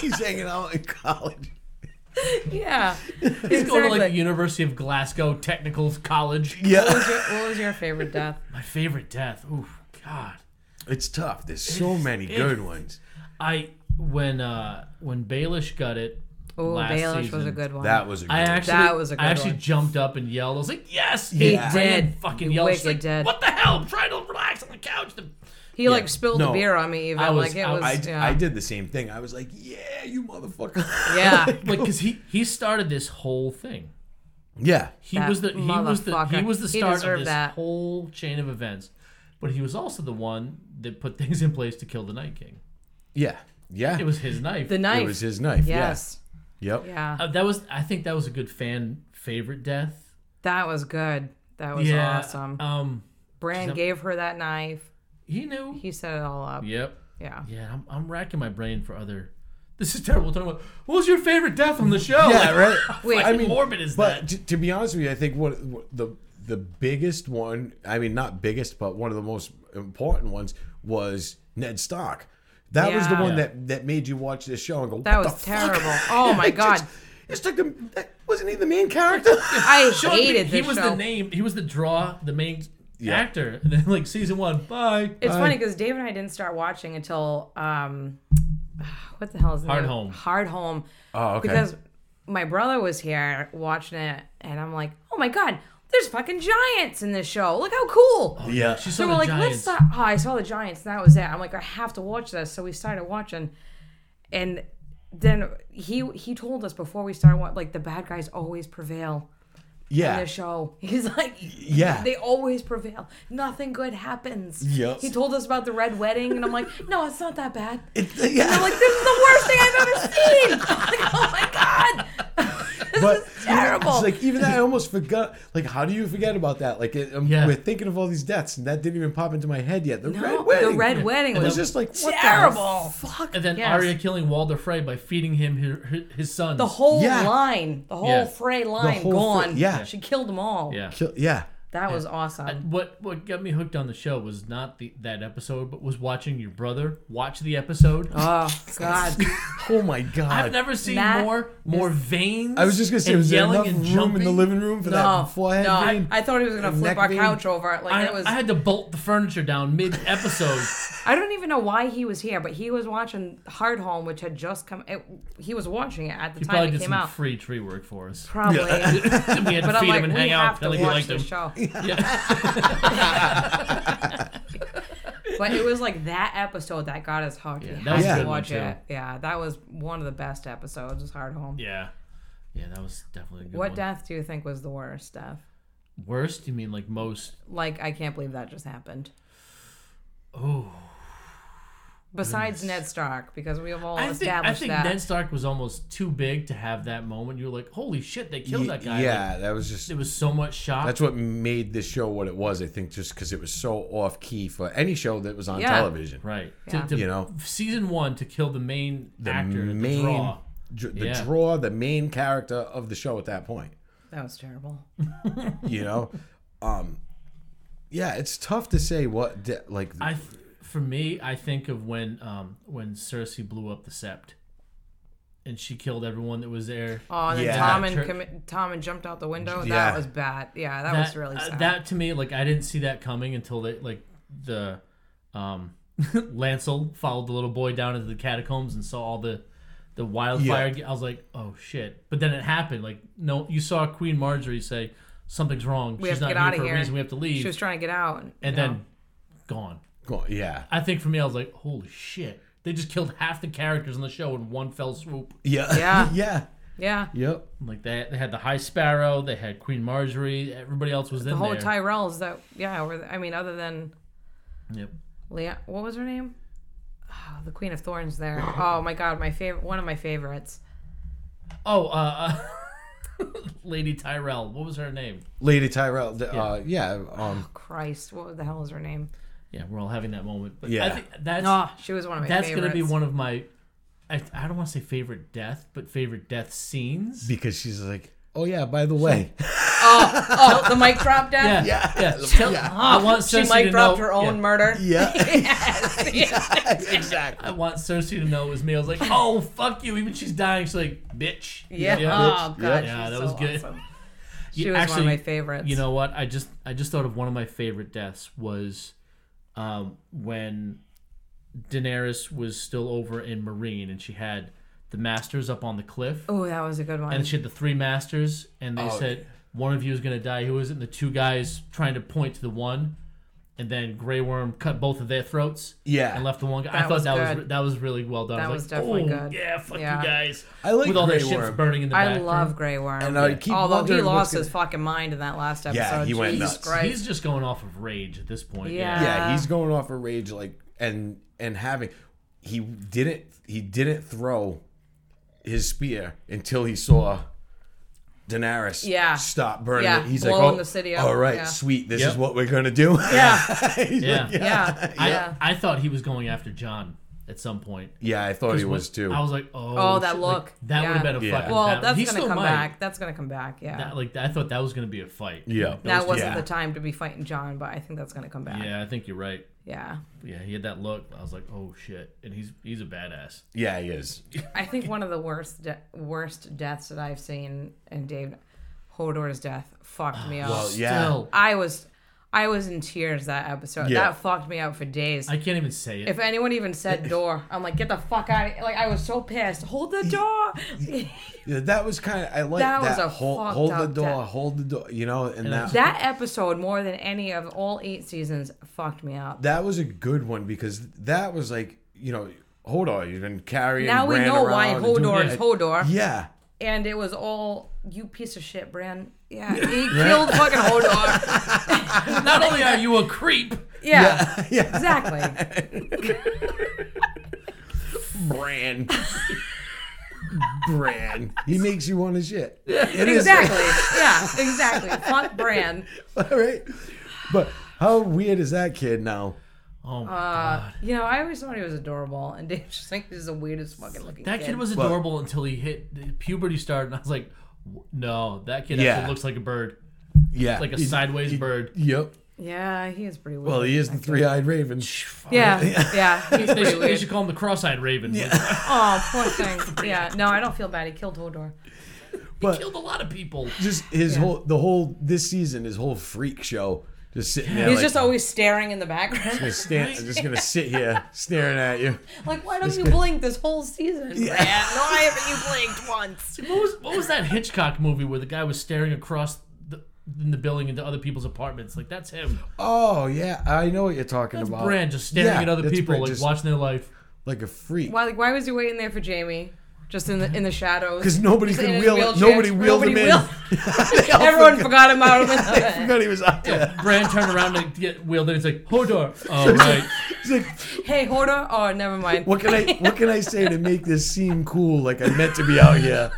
he's hanging out in college.
yeah.
He's going to like the
exactly.
University of Glasgow Technical College.
What
Yeah,
was, your, what was your favorite death?
My favorite death. Ooh, God.
it's tough. There's so many good ones.
I when uh when Baelish got it.
Oh,
last
Baelish
season,
was a good one.
That was a good
I
one.
actually,
That was a good
I actually
one.
jumped up and yelled. I was like, "Yes,
He
yeah.
did.
Fucking
He
yelled. She's
wicked
like,
did.
What the hell? I'm trying to relax on the couch. The-
He like spilled
No.
the beer on me. Even
I was-
like it
I-
was.
I,
yeah.
I did the same thing. I was like, yeah, you motherfucker.
Yeah.
like, because he he started this whole thing.
yeah.
He
That
was the he was the he
motherfucker.
was the
He
start of
deserved
this
that.
whole chain of events. But he was also the one that put things in place to kill the Night King.
Yeah. Yeah.
It was his knife.
the knife.
It was his knife.
yes.
Yeah. Yep.
Yeah.
Uh, that was I think that was a good fan favorite death.
That was good. That was awesome.
Um,
Bran gave her that knife.
he knew.
He set it all up.
Yep.
Yeah.
Yeah, I'm, I'm racking my brain for other. This is terrible. We're talking about what was your favorite death on the show?
Yeah. Right.
Wait.
I mean, morbid is
But
that?
t- to be honest with you, I think what, what the the biggest one, I mean, not biggest, but one of the most important ones was Ned Stark. That was the
Yeah.
one
Yeah.
that that made you watch this show and go,
That
"What
was
the
terrible.
Fuck?
Oh my
It
god.
just- It's like the that, wasn't he the main character?
I
Sean Bean,
hated this
He was
show.
the name. He was the draw. The main
Yeah.
actor. And then like season one. Bye.
It's funny because Dave and I didn't start watching until um, what the hell is the
Hard
name?
Home.
Hard Home.
Oh, okay.
Because my brother was here watching it, and I'm like, oh my god, there's fucking giants in this show. Look how cool.
yeah,
She Oh, saw
so
the
we're like, let's
Giants.
stop. Oh, I saw the Giants, and that was it. I'm like, I have to watch this. So we started watching, and then he he told us before we started watching, like the bad guys always prevail in
yeah,
this show. He's like,
yeah.
they always prevail. Nothing good happens.
Yes.
He told us about the red wedding, and I'm like, no, it's not that bad.
It- yeah.
I'm like, this is the worst thing I've ever seen. Like, oh my god. This
but
is terrible.
It's like even that I almost forgot. Like, how do you forget about that? Like, it, I'm,
Yeah.
we're thinking of all these deaths, and that didn't even pop into my head yet. The
No,
red wedding.
the red wedding
It
was
was just like what the
terrible.
fuck.
And then
Yes.
Arya killing Walder Frey by feeding him his, his sons.
the whole
Yeah.
line, the whole
Yeah.
Frey line
whole
gone.
Frey- yeah.
She killed them all.
yeah.
Kill- yeah.
That was awesome.
What what got me hooked on the show was not the that episode, but was watching your brother watch the episode.
Oh god.
Oh my god.
I've never seen
That
more more veins.
I was just gonna say,
and
was there
yelling
enough
and
room
jumping.
in the living room for
No,
that forehead
no, I,
vein?
I thought he was gonna
The
flip
neck
our
vein?
couch over. Like
I,
it was,
I had to bolt the furniture down mid episode.
I don't even know why he was here, but he was watching Hard Home, which had just come. It, he was watching it at the
he
time
probably
it
did
came
some
out.
free tree work for us.
Probably.
we had to
But I'm
feed
like,
him and
we
hang out.
have to
Like, we
watch
liked
the
him.
show.
Yeah.
But it was like that episode that got us hooked.
Yeah,
Yeah,
that was
a
to
good
one,
watch
too.
it. Yeah, that was one of the best episodes. Was Hard Home.
yeah. Yeah, that was definitely a good
What
one.
death do you think was the worst death?
Worst? You mean like most?
Like, I can't believe that just happened.
Oh,
Besides Ned Stark, because we have all
I think, I
established
think
that.
Ned Stark was almost too big to have that moment. You were like, holy shit, they killed that guy. Like,
yeah, that was just
there was so much shock.
That's what made this show what it was, I think, just because it was so off key for any show that was on
Yeah.
television.
right.
Yeah.
To, to-
You know?
season one to kill the main
The
actor, the
main,
draw.
dr- the
Yeah.
draw, the main character of the show at that point.
that was terrible.
You know, um, yeah, it's tough to say what de- like.
I, th- for me, I think of when um when Cersei blew up the Sept, and she killed everyone that was there.
Oh, and then
Yeah.
Tom and
Church-
commi- Tom and jumped out the window.
Yeah.
That was bad. Yeah, that, was really
uh,
sad.
that to me, like I didn't see that coming until they like the um Lancel followed the little boy down into the catacombs and saw all the the wildfire. I was like, oh shit! But then it happened. Like no, you saw Queen Marjorie say something's wrong.
we
She's
have to
not
get out of
here for
here.
a reason. We have to leave.
She was trying to get out, and,
and
you know.
then gone.
go- yeah,
I think for me, I was like, holy shit! They just killed half the characters on the show in one fell swoop.
yeah,
Yeah.
yeah,
yeah,
yep.
Like they, they had the High Sparrow, they had Queen Marjorie. Everybody else was in
the whole
there.
Tyrells. That yeah, were, I mean, other than
Yep.
Leon, what was her name? Oh, the Queen of Thorns. There. Oh my God, my favorite, one of my favorites.
Oh, uh, uh Lady Tyrell. What was her name?
Lady Tyrell, the- uh, yeah, um,
Christ, what the hell is her name?
Yeah, we're all having that moment. But I
Yeah.
think that's
Oh, she was one of my
that's
favorites.
gonna be one of my. I, I don't want to say favorite death, but favorite death scenes.
because she's like, oh yeah, by the way,
Oh, the mic drop down.
Yeah, yeah. Tell- I want
She
Cersei
mic
to
dropped
know,
her own
yeah.
murder.
yeah,
Yes. yes.
exactly.
I want Cersei to know it was me. I was like, "Oh fuck you!" Even she's dying. She's like, "Bitch."
Yeah. Oh god.
Yeah.
she
Yeah, that
so
was good.
awesome.
You-
She was one of my favorites.
You know what? I just I just thought of one of my favorite deaths was um, when Daenerys was still over in Marine and she had the masters up on the cliff
Oh, that was a good one.
and she had the three masters and they
Oh,
said one of you is gonna die. Who is it? And the two guys trying to point to the one. And then Grey Worm cut both of their throats.
Yeah.
and left the one guy. I
That
thought
was
that was
good.
re- that was really well done. I
That was definitely
"Oh,
good."
Yeah, fuck
Yeah.
you guys.
I like
with all
Grey
their ships
Worm.
burning in the
I
background.
love Grey Worm.
And I keep
Although he
wondering what's
lost
gonna-
his fucking mind in that last episode.
Yeah, he went
Jesus
nuts.
Christ.
He's just going off of rage at this point.
Yeah.
yeah
Uh,
he's going off a rage like and and having he didn't he didn't throw his spear until he saw Daenerys
Yeah.
stop burning
Yeah,
it. He's
blowing
like, oh,
the city up,
all right,
yeah.
sweet. This
Yep.
is what we're gonna do.
Yeah.
He's
Yeah.
like,
yeah.
I,
yeah.
I thought he was going after John at some point.
Yeah, I thought he was too.
I was like, oh,
Oh, that
shit,
look.
like, that
Yeah.
would have been a
Yeah.
fucking.
well,
battle.
that's
He
gonna
still
come
might.
back. That's gonna come back. Yeah.
That, like I thought that was gonna be a fight.
yeah,
that wasn't
yeah.
the time to be fighting John, but I think that's gonna come back. Yeah.
Yeah, I think you're right. Yeah, he had that look. I was like, oh shit, and he's he's a badass.
yeah, he is.
I think one of the worst de- worst deaths that I've seen and Dave Hodor's death fucked me up.
Well, Oh, yeah.
Still,
I was I was in tears that episode.
Yeah.
That fucked me up for days.
I can't even say it.
if anyone even said door, I'm like, get the fuck out! Of here. Like I was so pissed. Hold the door.
Yeah, that was kind of I like
That
that.
was a
hold,
fucked
hold the
up
door,
death.
hold the door. You know, and that
That episode, more than any of all eight seasons, fucked me up.
that was a good one because that was like you know. Hodor, you've been carrying.
now we
ran
know why
around and doing
Hodor is
it.
Hodor,
Yeah,
and it was all you piece of shit, Bran. Yeah, he killed fucking Hodor.
Not only are you a creep,
Yeah,
yeah.
exactly.
Bran. Bran. He makes you want to shit. It is-
exactly. Yeah, exactly. Fuck Bran.
all right. But how weird is that kid now?
oh my
Uh,
god,
you know, I always thought he was adorable, and Dave's just like, this is the weirdest fucking looking
that kid was adorable until he hit the puberty started, and I was like, w- no, that kid
Yeah.
actually looks like a bird,
Yeah.
like a
He's-
sideways bird.
Yep.
Yeah, he is pretty weird.
Well, he is the three eyed raven.
Yeah, yeah, he's pretty
They should, they
weird.
should call him the cross-eyed raven.
Oh, poor thing. Yeah, no, I don't feel bad. He killed Hodor.
But
killed a lot of people.
just his whole, the whole, this season, his whole freak show, just sitting there.
He's
like,
just always staring in the background.
gonna stand- I'm just going to sit here staring at you.
Like, why don't you blink this whole season? Yeah. No, why haven't you blinked once?
What was what was that Hitchcock movie where the guy was staring across the in the building into other people's apartments? Like that's him.
Oh, yeah. I know what you're talking
That's
about.
Brand just staring
Yeah,
at other
that's
people,
Bran
like
just
watching their life.
Like a freak.
Why, like, why was he waiting there for Jamie? just in the in the shadows.
'Cause nobody
He's
could
in his
wheel-
wheelchair.
nobody wheeled him in. They all
Everyone
forgot-
forgot him out of
I
it.
forgot he was out there.
Bran turned around to get wheeled in. It's like, Hodor. Oh, right.
He's like,
hey, Hoarder. Oh, never mind.
what can I what can I say to make this seem cool? Like I meant to be out here.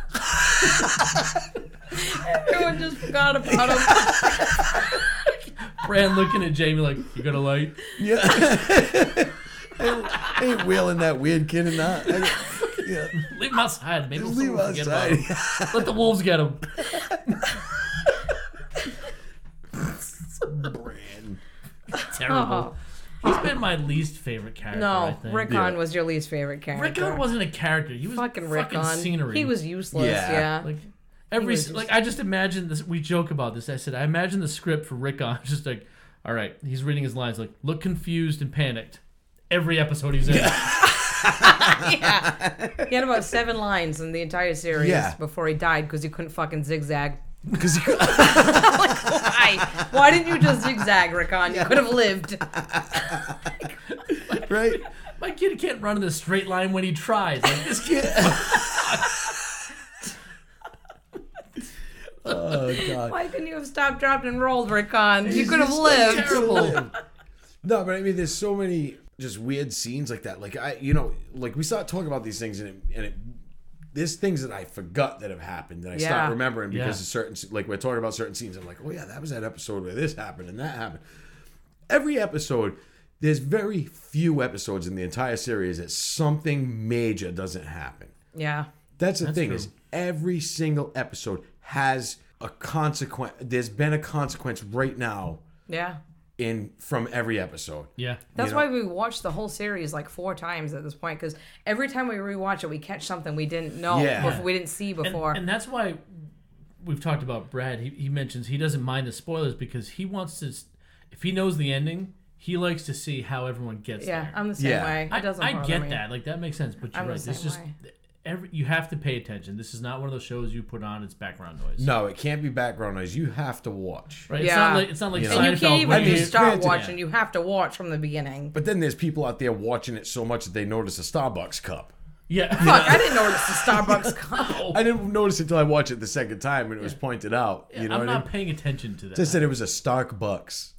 Everyone just forgot about him.
Bran looking at Jamie like, you got a light?
Yeah. I ain't- I ain't wheeling that weird kid in that. I- yeah.
Leave him outside. Maybe
Just
someone
leave
will forget about
outside.
him. Let the wolves get him.
Brand.
Terrible. He's been my least favorite character. I
No,
think.
Rickon
Yeah.
was your least favorite character.
Rickon wasn't a character. He was
fucking
fucking,
Rickon.
scenery.
He was useless.
Yeah.
Yeah.
like every
was just-
like I just imagine this. We joke about this. I said I imagine the script for Rickon just like, all right, he's reading his lines like look confused and panicked. Every episode he's in.
yeah. He had about seven lines in the entire series
Yeah.
before he died because he couldn't fucking zigzag.
'Cause you-
Why? Why didn't you just zigzag, Rickon? You could have lived.
right?
My kid can't run in a straight line when he tries. Like, this kid,
Yeah. oh god.
Why couldn't you have stopped, dropped, and rolled, Rickon? You
He's
could have
just
lived.
terrible.
No, but I mean, there's so many just weird scenes like that. Like I, you know, like we start talking about these things, and it, and it, there's things that I forgot that have happened that I
Yeah.
start remembering because of
Yeah.
certain, se- like we're talking about certain scenes. I'm like, oh yeah, that was that episode where this happened and that happened. Every episode, there's very few episodes in the entire series that something major doesn't happen.
Yeah.
That's the thing
true.
is every single episode has a consequence. There's been a consequence right now
Yeah.
in from every episode.
yeah,
That's
know?
why we watched the whole series like four times at this point because every time we rewatch it, we catch something we didn't know,
Yeah.
bef- we didn't see
and,
before.
and that's why we've talked about Brad. He, he mentions he doesn't mind the spoilers because he wants to. s- If he knows the ending, he likes to see how everyone gets
yeah,
there.
I'm the same
Yeah.
way. It
I,
doesn't.
I
bother
get
me.
that. Like that makes sense. But you're
I'm the
right. This
same
just
way.
every you have to pay attention. This is not one of those shows you put on. It's background noise.
No, it can't be background noise. You have to watch.
Right? It's
Yeah.
not like it's not like
And
And you
Seinfeld.
can't even
where
I mean,
you-
just start
granted-
watching. You have to watch from the beginning.
But then there's people out there watching it so much that they notice a Starbucks cup.
yeah.
Fuck, I didn't notice the Starbucks cup.
I didn't notice it until I watched it the second time and it was pointed out. You know
I'm
what
not
I mean?
paying attention to that.
Just that it was a Starbucks.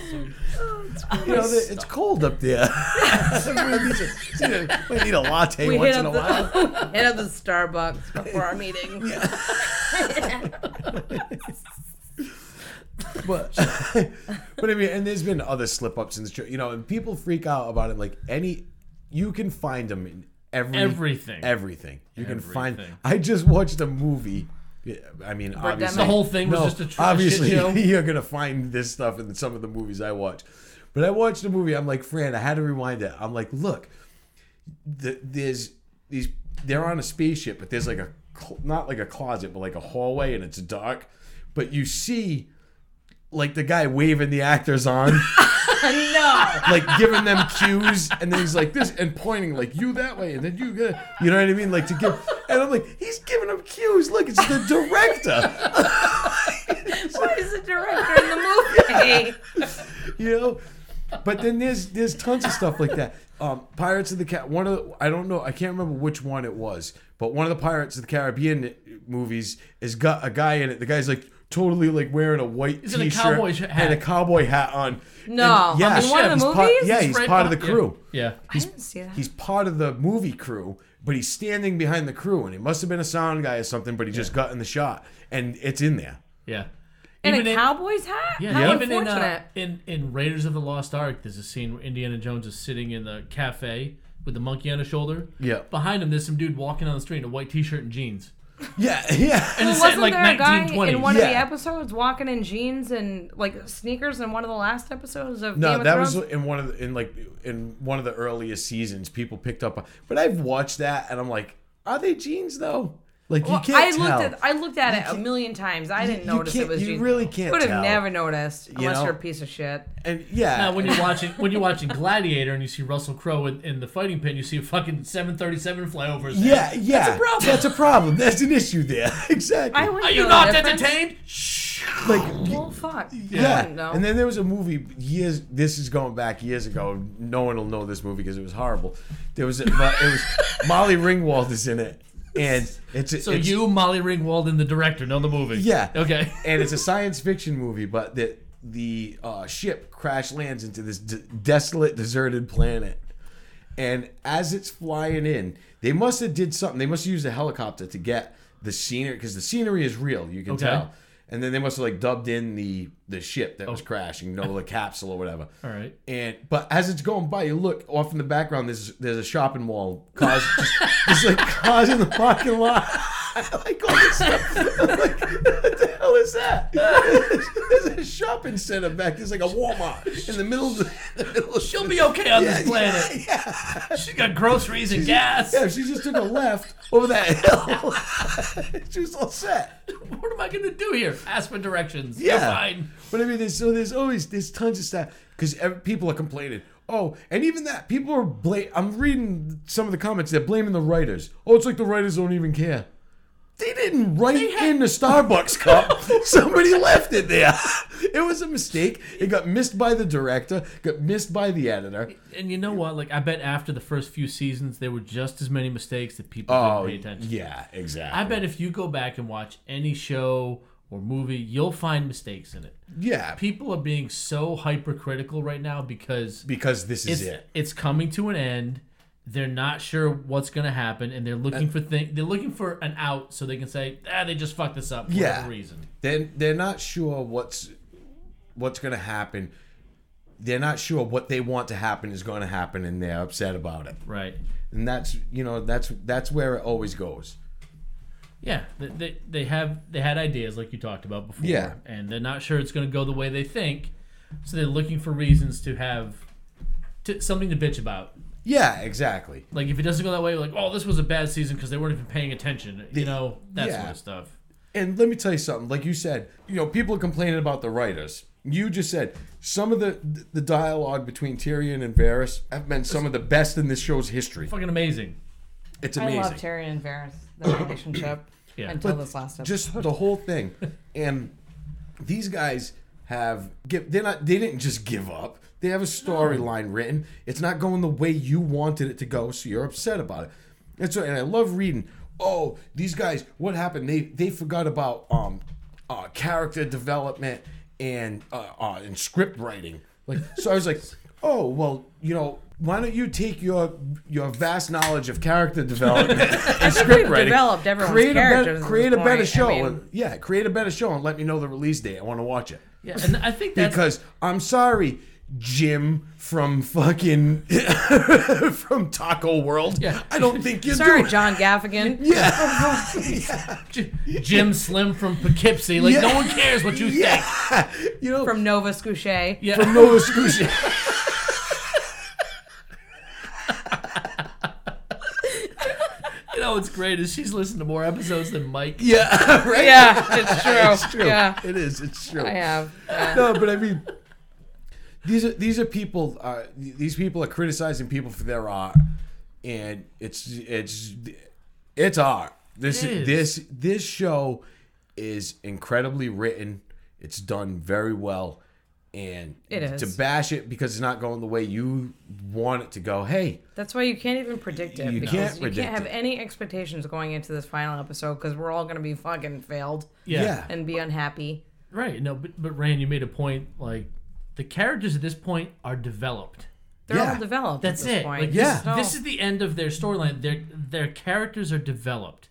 You know, the- it's cold up there. we, need a, you know, we need a latte
We
once in
hit
a
up,
while.
the, hit up the Starbucks before our meeting.
But, but I mean, and there's been other slip ups in the show, you know, and people freak out about it. Like any, you can find them in every
Everything.
everything. You can find.
Everything.
I just watched a movie. Yeah, I mean, obviously,
the whole thing was
no,
just a tr- a
obviously
shit show.
you're gonna find this stuff in some of the movies I watch. But I watched a movie. I'm like, Fran, I had to rewind it. I'm like, look, the, there's these. They're on a spaceship, but there's like a cl- not like a closet, but like a hallway, and it's dark. But you see, like the guy waving the actors on,
no.
like giving them cues, and then he's like this and pointing like you that way, and then you go, you know what I mean, like to give. And I'm like, he's giving them cues. Look, it's the director.
Why is the director in the movie?
you know. But then there's there's tons of stuff like that. Um, Pirates of the Cat. One of the, I don't know. I can't remember which one it was, but one of the Pirates of the Caribbean movies is got a guy in it. The guy's like totally like wearing a white
in a
t-shirt
cowboy sh- hat.
and a cowboy hat on.
No,
And- yeah,
on one of the
he's part-
movies?
yeah,
It's
he's
right
part of the
behind-
crew.
Yeah.
I didn't see that.
He's part of the movie crew, but he's standing behind the crew, and he must have been a sound guy or something. But he just got in the shot, and it's in there.
Yeah.
In
Even
a
in-
cowboy's hat?
Yeah,
How
even in, uh,
unfortunate.
in in Raiders of the Lost Ark, there's a scene where Indiana Jones is sitting in the cafe with the monkey on his shoulder.
Yeah.
Behind him, there's some dude walking down the street in a white T-shirt and jeans.
Yeah, yeah.
And
Well,
it's set in,
wasn't
like
there a guy
1920s.
in one of the
Yeah.
episodes walking in jeans and like sneakers in one of the last episodes of Game
No,
of
that
Thrones?
was in one of the, in like in one of the earliest seasons. People picked up, on, but I've watched that and I'm like, are they jeans though? Like you
Well,
can't
I
tell.
looked at I looked at
You
it a
can't-
million times. I
you
didn't notice it
can't-
was
you
Gene.
really can't
Would
tell.
have never noticed unless
know?
you're a piece of shit.
and yeah,
Now, Uh, when
and-
you're watching when you're watching Gladiator and you see Russell Crowe in, in the fighting pit, you see a fucking 737 fly over his head.
yeah, yeah, that's a problem. That's a problem. That's an issue there. exactly.
I wouldn't
Are
know
you
the
not
difference.
entertained? Shh.
like y-
Well, fuck. I
yeah.
wouldn't know.
And then there was a movie years. This is going back years ago. No one will know this movie because it was horrible. There was a, but it was Molly Ringwald is in it, and it's a-
So
it's,
you, Molly Ringwald, and the director know the movie.
Yeah.
Okay.
and it's a science fiction movie, but the the uh, ship crash lands into this d- desolate, deserted planet. And as it's flying in, they must have did something. They must have used a helicopter to get the scenery because the scenery is real. You can
Okay.
tell. And then they must have like dubbed in the the ship that was crashing, you know, the capsule or whatever.
Oh. All right.
And but as it's going by, you look off in the background. There's there's a shopping mall, cars just, just like cars in the parking lot. like all this stuff. I'm like, what the hell is that? There's, a shopping center back. There's like a Walmart in the middle of the, the middle of
She'll be okay on
Yeah,
this planet.
Yeah,
She's got groceries and gas.
yeah. She just took a left over that hill. she was all set.
What am I gonna do here? Ask for directions.
Yeah.
You're fine.
But I mean, there's, so there's always there's tons of stuff because people are complaining. Oh, and even that people are bla I'm reading some of the comments. They're blaming the writers. Oh, it's like the writers don't even care. They didn't write in the Starbucks cup. Somebody left it there. It was a mistake. It got missed by the director. Got missed by the editor.
And you know what? Like I bet after the first few seasons, there were just as many mistakes that people
Oh,
didn't pay attention.
yeah, exactly.
I bet if you go back and watch any show or movie, you'll find mistakes in it.
Yeah,
People are being so hypercritical right now because
because this
it's
is it.
it's coming to an end. They're not sure what's going to happen, and they're looking for thing. They're looking for an out so they can say, "Ah, they just fucked this up for
Yeah.
whatever reason."
they're, they're not sure what's what's going to happen they're not sure what they want to happen is going to happen and they're upset about it
Right?
and that's you know that's that's where it always goes
Yeah. They, they, they have they had ideas like you talked about before,
Yeah.
and they're not sure it's going to go the way they think, so they're looking for reasons to have to, something to bitch about.
yeah exactly
Like if it doesn't go that way, like oh, this was a bad season because they weren't even paying attention. You know that
yeah.
sort of stuff.
and let me tell you something like you said you know people are complaining about the writers you just said some of the the dialogue between Tyrion and Varys have been some of the best in this show's history
Fucking amazing.
it's
I
amazing
love Tyrion and Varys, their relationship
Yeah.
until
But
this last episode.
just the whole thing and these guys have give they're not they didn't just give up they have a storyline written it's not going the way you wanted it to go so you're upset about it and so and i love reading oh these guys what happened they they forgot about um uh character development and uh, uh and script writing like so i was like oh well you know why don't you take your your vast knowledge of character development and script
we've
writing
developed everyone's
create a
characters
better
at this
create a
point.
better
I
show
mean-
and- yeah, create a better show and let me know the release date. I want to watch it.
Yeah, and I think that's
Because I'm sorry, Jim from fucking from Taco World.
Yeah.
I don't think you're
Sorry,
doing
John Gaffigan.
Yeah. yeah.
J- Jim Slim from Poughkeepsie. Like
Yeah.
no one cares what you think.
Yeah. You know
From Nova Scotia.
Yeah.
from Nova Scotia.
you know what's great is she's listened to more episodes than Mike.
yeah, right?
Yeah, it's true.
It's true.
Yeah,
It is. It's true.
I have. Yeah.
no, but I mean, these are these are people. Uh, these people are criticizing people for their art, and it's it's it's art. This
It is.
this this show is incredibly written. It's done very well, and
It is.
to bash it because it's not going the way you want it to go. Hey,
That's why you can't even predict it.
You
because
can't
you
predict
can't have
it.
any expectations going into this final episode because we're all going to be fucking failed
Yeah.
Yeah.
and be unhappy.
Right. No, but but Rand, you made a point. Like the characters at this point are developed.
They're
Yeah.
all developed.
That's
at this
it.
Point.
Like,
Yeah.
this, this is the end of their storyline. Their their characters are developed.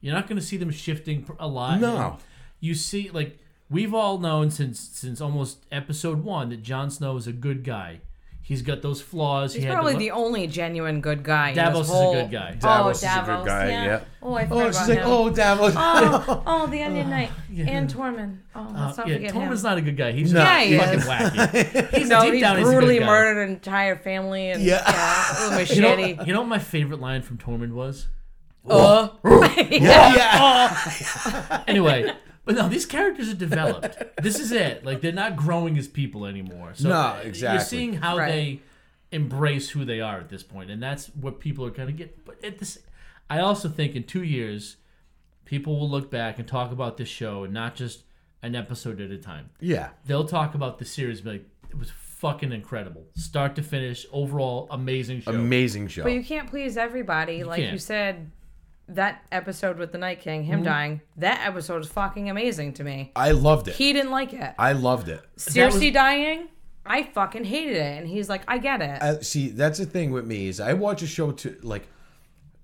You're not going to see them shifting pr- a lot.
No.
You see, like we've all known since since almost episode one that Jon Snow is a good guy. He's got those flaws.
He's
he had to
probably
lear-
the only genuine good guy. in this
Davos is a
whole...
good guy.
Davos
oh, Davos
is a good guy,
Yeah.
yeah.
Oh, I forgot
oh,
about
she's like,
him.
oh, Davos.
oh, oh, the Onion Knight and Tormund. Oh, let's
Uh,
not
yeah,
forget
Tormund's
him.
not a good guy. He's
No.
just
Yeah, he
fucking
is.
wacky. He's
no,
deep
he
down, he's a good
brutally
guy.
murdered an entire family and
Yeah.
yeah, it was
You know,
machete.
you know what my favorite line from Tormund was? Uh,
Yeah, yeah.
Oh.
anyway, but no, these characters are developed. This is it. Like they're not growing as people anymore. So
No,
uh,
exactly.
You're seeing how
Right.
they embrace who they are at this point, and that's what people are going to get. But at this, I also think in two years, people will look back and talk about this show, and not just an episode at a time.
yeah.
They'll talk about the series, and be like it was fucking incredible, start to finish. Overall, amazing show.
Amazing show.
But you can't please everybody. like you
can't.
said, that episode with the Night King,
Mm-hmm.
him dying, that episode is fucking amazing to me.
I loved it.
He didn't like it.
I loved it.
That
Cersei
was-
dying, I fucking hated it. And he's like, I get it.
I, see, that's the thing with me is I watch a show to like,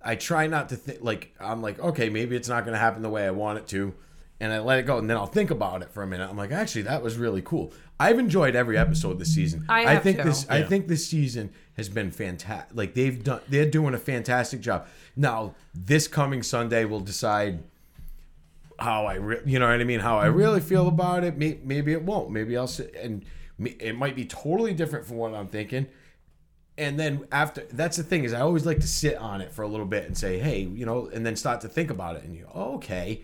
I try not to think like I'm like okay maybe it's not going to happen the way I want it to, and I let it go and then I'll think about it for a minute. I'm like actually that was really cool. I've enjoyed every episode this season.
I have
think
too.
this I
Yeah.
think this season has been fantastic. Like they've done they're doing a fantastic job. Now this coming Sunday will decide how I, re- you know what I mean, how I really feel about it. May- Maybe it won't. Maybe I'll sit and m- it might be totally different from what I'm thinking. And then after, that's the thing is, I always like to sit on it for a little bit and say, hey, you know, and then start to think about it. And you, oh, okay,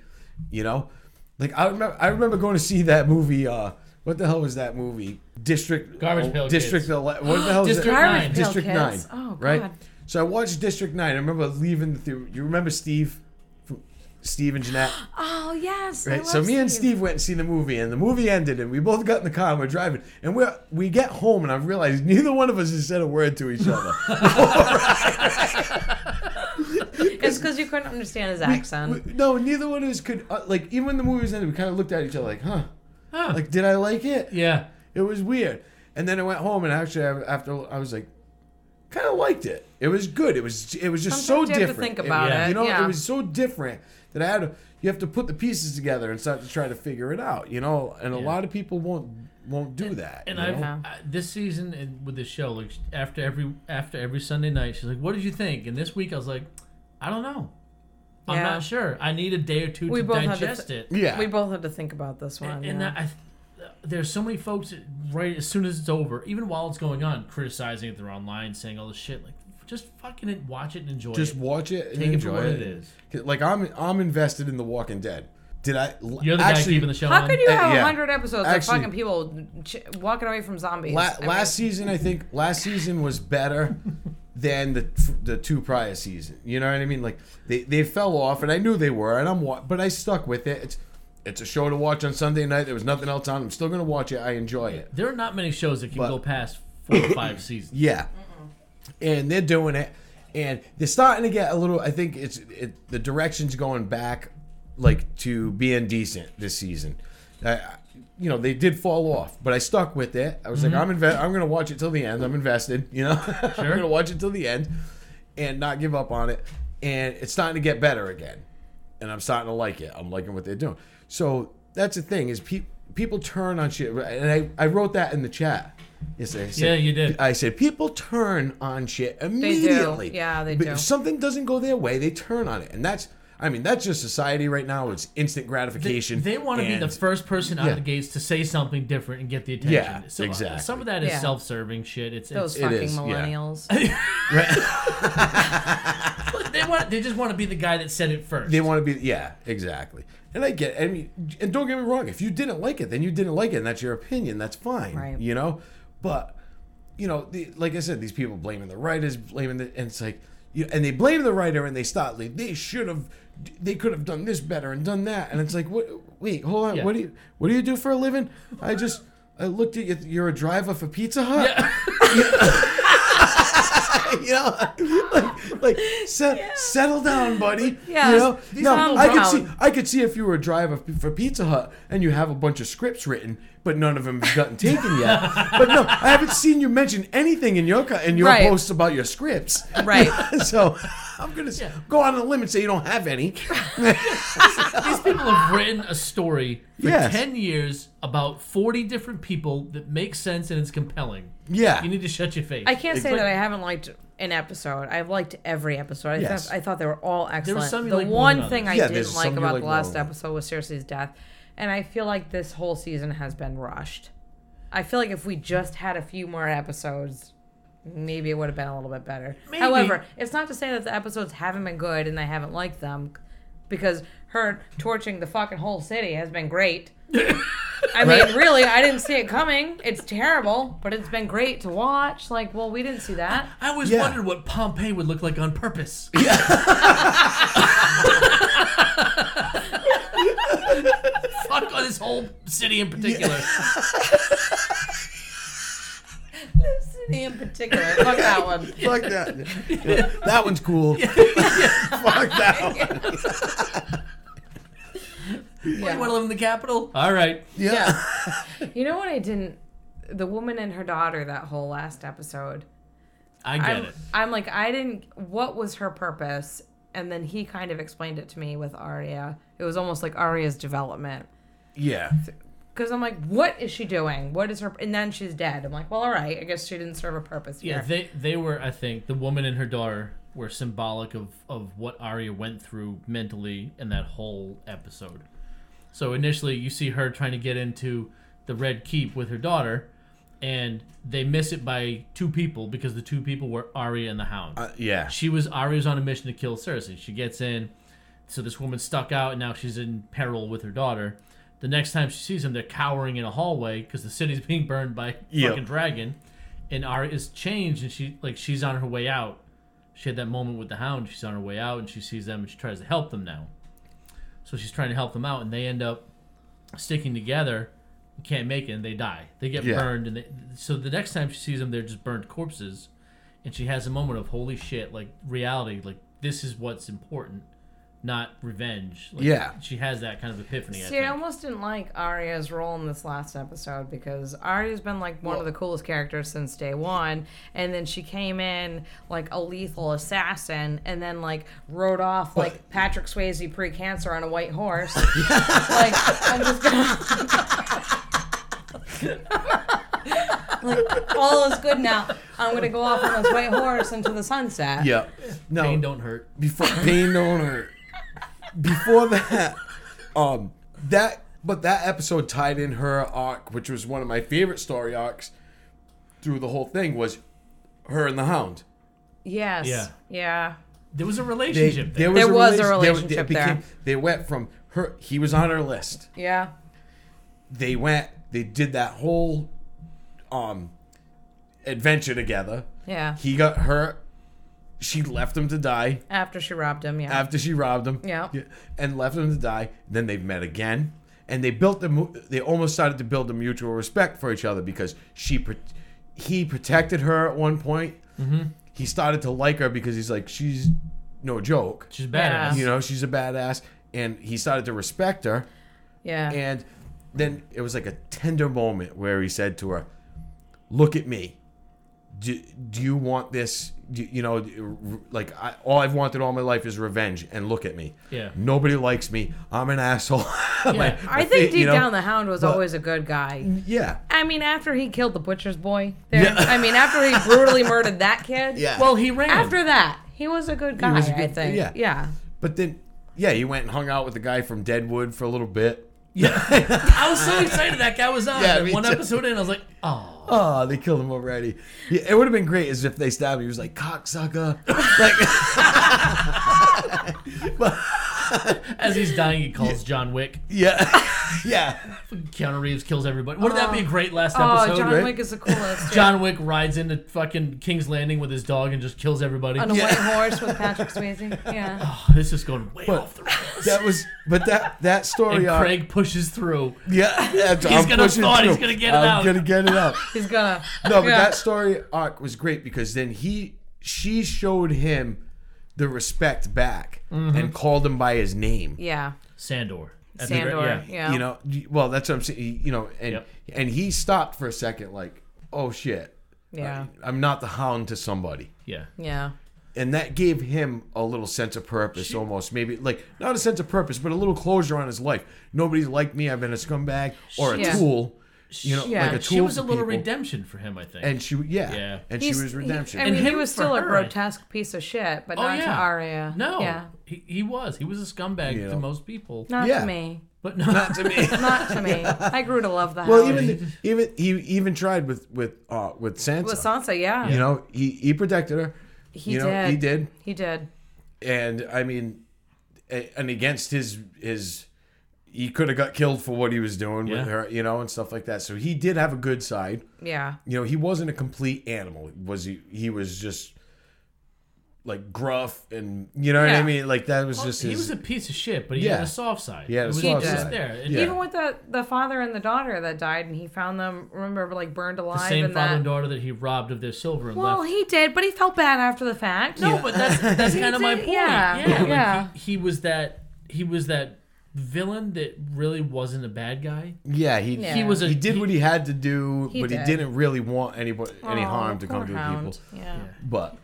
you know, like I remember, I remember going to see that movie. uh What the hell was that movie? District
Garbage Pail
District.
Kids.
Ele- what the hell is
District
it?
Garbage
Pail
District
Kids.
Nine.
Oh, God.
Right. So I watched District Nine. I remember leaving the. theater- You remember Steve, from Steve and Jeanette.
Oh, yes. I
Right.
love
So me and Steve went and seen the movie, and the movie ended, and we both got in the car and we're driving, and we are we get home, and I realized neither one of us has said a word to each other.
It's because you couldn't understand his
We-
accent.
no, neither one of us could uh, like even when the movie was ended, we kind of looked at each other like, huh,
Huh.
like did I like it?
yeah.
It was weird. And then I went home, and actually I- after I was like, kind of liked it. It was good. It was it was just
Sometimes
so
you have to
different.
think about
Yeah.
it,
You know,
yeah.
it was so different that I had to, you have to put the pieces together and start to try to figure it out. You know, and a lot of people won't won't do that.
And
you
I've,
know?
I, this season and with this show, like after every after every Sunday night, she's like, "What did you think?" And this week, I was like, "I don't know. I'm
Yeah.
not sure. I need a day or two
We
to
both had to
digest
th-
it."
Yeah.
We both had to think about this one.
And, and
yeah.
that, I, there's so many folks that right as soon as it's over, even while it's going on, criticizing it. They're online saying all this shit. Like, just fucking it, watch it and enjoy
just
it.
watch it and
Take it for
enjoy
what it is.
'Cause, Like I'm I'm invested in The Walking Dead. Did I
You're the guy
actually,
keeping the show
How
on.
could you
Uh,
have
yeah.
100 episodes of
Actually-
fucking people ch- walking away from zombies?
La-
I mean,
last season I think last season was better than the the two prior season. You know what I mean? Like they, they fell off and I knew they were and I'm wa- but I stuck with it. It's it's a show to watch on Sunday night. There was nothing else on. I'm still gonna watch it. I enjoy it.
There are not many shows that can
But-
go past four or five seasons.
Yeah. And they're doing it. And they're starting to get a little I think it's it, the direction's going back like to being decent this season. I- I, you know, they did fall off, but I stuck with it. I was like I'm inve- I'm going to watch it till the end. I'm invested, you know. I'm
Sure.
going to watch it till the end and not give up on it. And it's starting to get better again. And I'm starting to like it. I'm liking what they're doing. So that's the thing is pe- people turn on shit and I, I wrote that in the chat. Yesterday. I said,
Yeah, you did.
I said, people turn on shit immediately.
Yeah, they
But
do.
If something doesn't go their way, they turn on it, and that's. I mean, that's just society right now. It's instant
They,
gratification.
want to be the
and-
first person out
Yeah.
of the gates to say something different and get the attention.
Yeah,
So, uh,
exactly.
Some of that is
Yeah.
self-serving shit. It's, it's
Those fucking
is, yeah.
millennials.
they want they just want to be the guy that said it first.
They want to be. Yeah, exactly. And I get. I mean, and don't get me wrong. If you didn't like it, then you didn't like it, and that's your opinion. That's fine.
Right.
You know, but you know, the, like I said, these people blaming the writers, blaming the, and it's like, you, and they blame the writer, and they stop. Like, they should have, they could have done this better and done that, and it's like, what? Wait, hold on.
Yeah.
What do you, what do you do for a living? I just, I looked at you. You're a driver for Pizza Hut. you know, like, like set, settle down, buddy.
Yeah.
You know,
These
no,
calm
I could
down.
see, I could see if you were a driver for Pizza Hut and you have a bunch of scripts written, but none of them have gotten taken yet. but no, I haven't seen you mention anything in your co- in your
Right.
posts about your scripts.
Right.
so I'm gonna s go on a limb and say you don't have any.
These people have written a story for
Yes.
ten years about forty different people that makes sense and it's compelling.
Yeah.
You need to shut your face.
I can't say
Like,
that I haven't liked an episode. I've liked every episode. I,
Yes.
thought, I thought they were all excellent.
some you
the
like more
one
than
thing I
Yeah, there's
didn't
some
like
you
about
like
the
more
last
than others.
episode was Cersei's death, and I feel like this whole season has been rushed. I feel like if we just had a few more episodes, maybe it would have been a little bit better. However, it's not to say that the episodes haven't been good and I haven't liked them, because her torching the fucking whole city has been great. I mean, really, I didn't see it coming. It's terrible, but it's been great to watch. Like, well, we didn't see that.
I always
Yeah.
wondered what Pompeii would look like on purpose. Fuck on this whole city in particular.
City in particular, fuck that one.
Fuck that. Yeah, That one's cool. Fuck that one.
You want to live in the capital? All right.
Yeah.
You know what I didn't? The woman and her daughter. That whole last episode.
I get
I'm,
it.
I'm like, I didn't. What was her purpose? And then he kind of explained it to me with Arya. It was almost like Arya's development.
Yeah.
Because I'm like, what is she doing? What is her? And then she's dead. I'm like, well, all right. I guess she didn't serve a purpose
Yeah,
here.
they they were. I think the woman and her daughter were symbolic of of what Arya went through mentally in that whole episode. So initially, you see her trying to get into the Red Keep with her daughter, and they miss it by two people because the two people were Arya and the Hound.
Uh, yeah.
she was Arya's on a mission to kill Cersei. She gets in, so this woman stuck out, and now she's in peril with her daughter. The next time she sees him, they're cowering in a hallway because the city's being burned by
Yep.
fucking dragon. And Arya is changed, and she like she's on her way out. She had that moment with the Hound. She's on her way out, and she sees them, and she tries to help them now. So she's trying to help them out, and they end up sticking together. and Can't make it, and they die. They get
Yeah.
burned, and they, so the next time she sees them, they're just burned corpses and she has a moment of holy shit like reality like this is what's important not revenge like,
Yeah.
she has that kind of epiphany
See, I
I think.
almost didn't like Arya's role in this last episode because Arya's been like one of the coolest characters since day one, and then she came in like a lethal assassin, and then like rode off like Patrick Swayze pre-cancer on a white horse. like I'm just gonna. like all is good now. I'm gonna go off on this white horse into the sunset.
Yeah. No.
pain don't hurt
before pain don't hurt. Before that, um, that but that episode tied in her arc, which was one of my favorite story arcs through the whole thing, was her and the Hound.
Yes.
Yeah.
Yeah.
there was a
They-
relationship there,
There was a
relation- they-
relationship
they
there.
They went from her. He was on her list.
Yeah.
They went. They did that whole um adventure together.
Yeah.
He got hurt. She left him to die
After she robbed him. Yeah.
after she robbed him.
Yeah.
And left him to die. Then they met again, and they built the. mu- They almost started to build a mutual respect for each other because she, pro- he protected her at one point. He started to like her because he's like she's no joke.
she's badass
You know, she's a badass, and he started to respect her.
yeah.
And then it was like a tender moment where he said to her, "Look at me. Do, do you want this? Do, you know, r- like I, all I've wanted all my life is revenge. And look at me.
Yeah.
Nobody likes me. I'm an asshole.
Yeah.
I think deep
you know?
down the hound was
but-
always a good guy.
yeah.
I mean, after he killed the butcher's boy, there,
Yeah.
I mean, after he brutally murdered that kid,
Yeah.
well he ran
After that, he was a good guy.
was a
I
good-
think.
yeah.
Yeah. Yeah.
But then, yeah, he went and hung out with the guy from Deadwood for a little bit.
i was so excited that guy was on
Yeah,
And
me
one
too.
episode in i was like oh
Oh, they killed him already. Yeah, it would have been great as if they stabbed him. He was like, cocksucker.
as he's dying he calls john wick
Yeah. yeah.
keanu reeves kills everybody wouldn't that be a great last
Oh,
episode
John
right?
Wick is the coolest. yeah.
John Wick rides into fucking King's Landing with his dog and just kills everybody.
On a white horse with Patrick Swayze. Yeah.
Oh, this is going way
But Oh,
off the rails.
That was, but that that story. uh,
And
arc-
Craig pushes through.
Yeah, that's,
He's gonna
pushing
thaw it, he's
through.
gonna get it
I'm
out.
gonna get it out.
He's gonna.
No, but
yeah.
that story arc was great because then he she showed him the respect back
Mm-hmm.
and called him by his name.
Yeah.
Sandor. At the very-
Sandor. yeah.
You know, well that's what I'm saying. You know, and
Yep.
and he stopped for a second, like, oh shit,
Yeah.
I'm not the hound to somebody.
Yeah.
Yeah.
And that gave him a little sense of purpose, almost maybe like not a sense of purpose, but a little closure on his life. Nobody liked me. I've been a scumbag or a
Yeah.
tool, you know,
Yeah.
like a tool.
She was
to
a little
people.
redemption for him, I think.
and she yeah,
Yeah.
and she
He's-
was redemption
He, I
And
mean, he
him
was
for
still a
her, I-
grotesque piece of shit, but
Oh,
not to
yeah.
Arya.
No.
Yeah.
He, he was. He was a scumbag
You
to
know.
most people.
Not
Yeah.
to me.
But no,
Not to me.
Not to me. I grew to love the house.
well, even even he even tried with with uh, with Sansa.
with Sansa, yeah.
You know, he he protected her.
He
you know,
did.
He did,
He did.
and I mean, a- and against his his. He could have got killed for what he was doing
Yeah.
with her, you know, and stuff like that. So he did have a good side.
Yeah.
you know he wasn't a complete animal was he he was just like gruff and you know what i
Yeah.
mean like that was just
he
his
was a piece of shit, but he
Yeah.
had a soft side.
He had a
It was
soft
just
side.
there. And
Yeah.
Even with the the father and the daughter that died, and he found them. Remember, like burned alive.
The same
and
father
that.
and daughter that he robbed of their silver and
Well,
left.
he did, but he felt bad after the fact.
No, but that's that's kind of my
did-
point.
yeah,
Yeah, like,
yeah.
He, he was that he was that villain that really wasn't a bad guy.
yeah he
Yeah.
he
He was a
he did what he had to do
He
but he
did.
didn't really want anybody any
Aw,
harm to
Oh, poor
come to the
hound.
people
Yeah.
but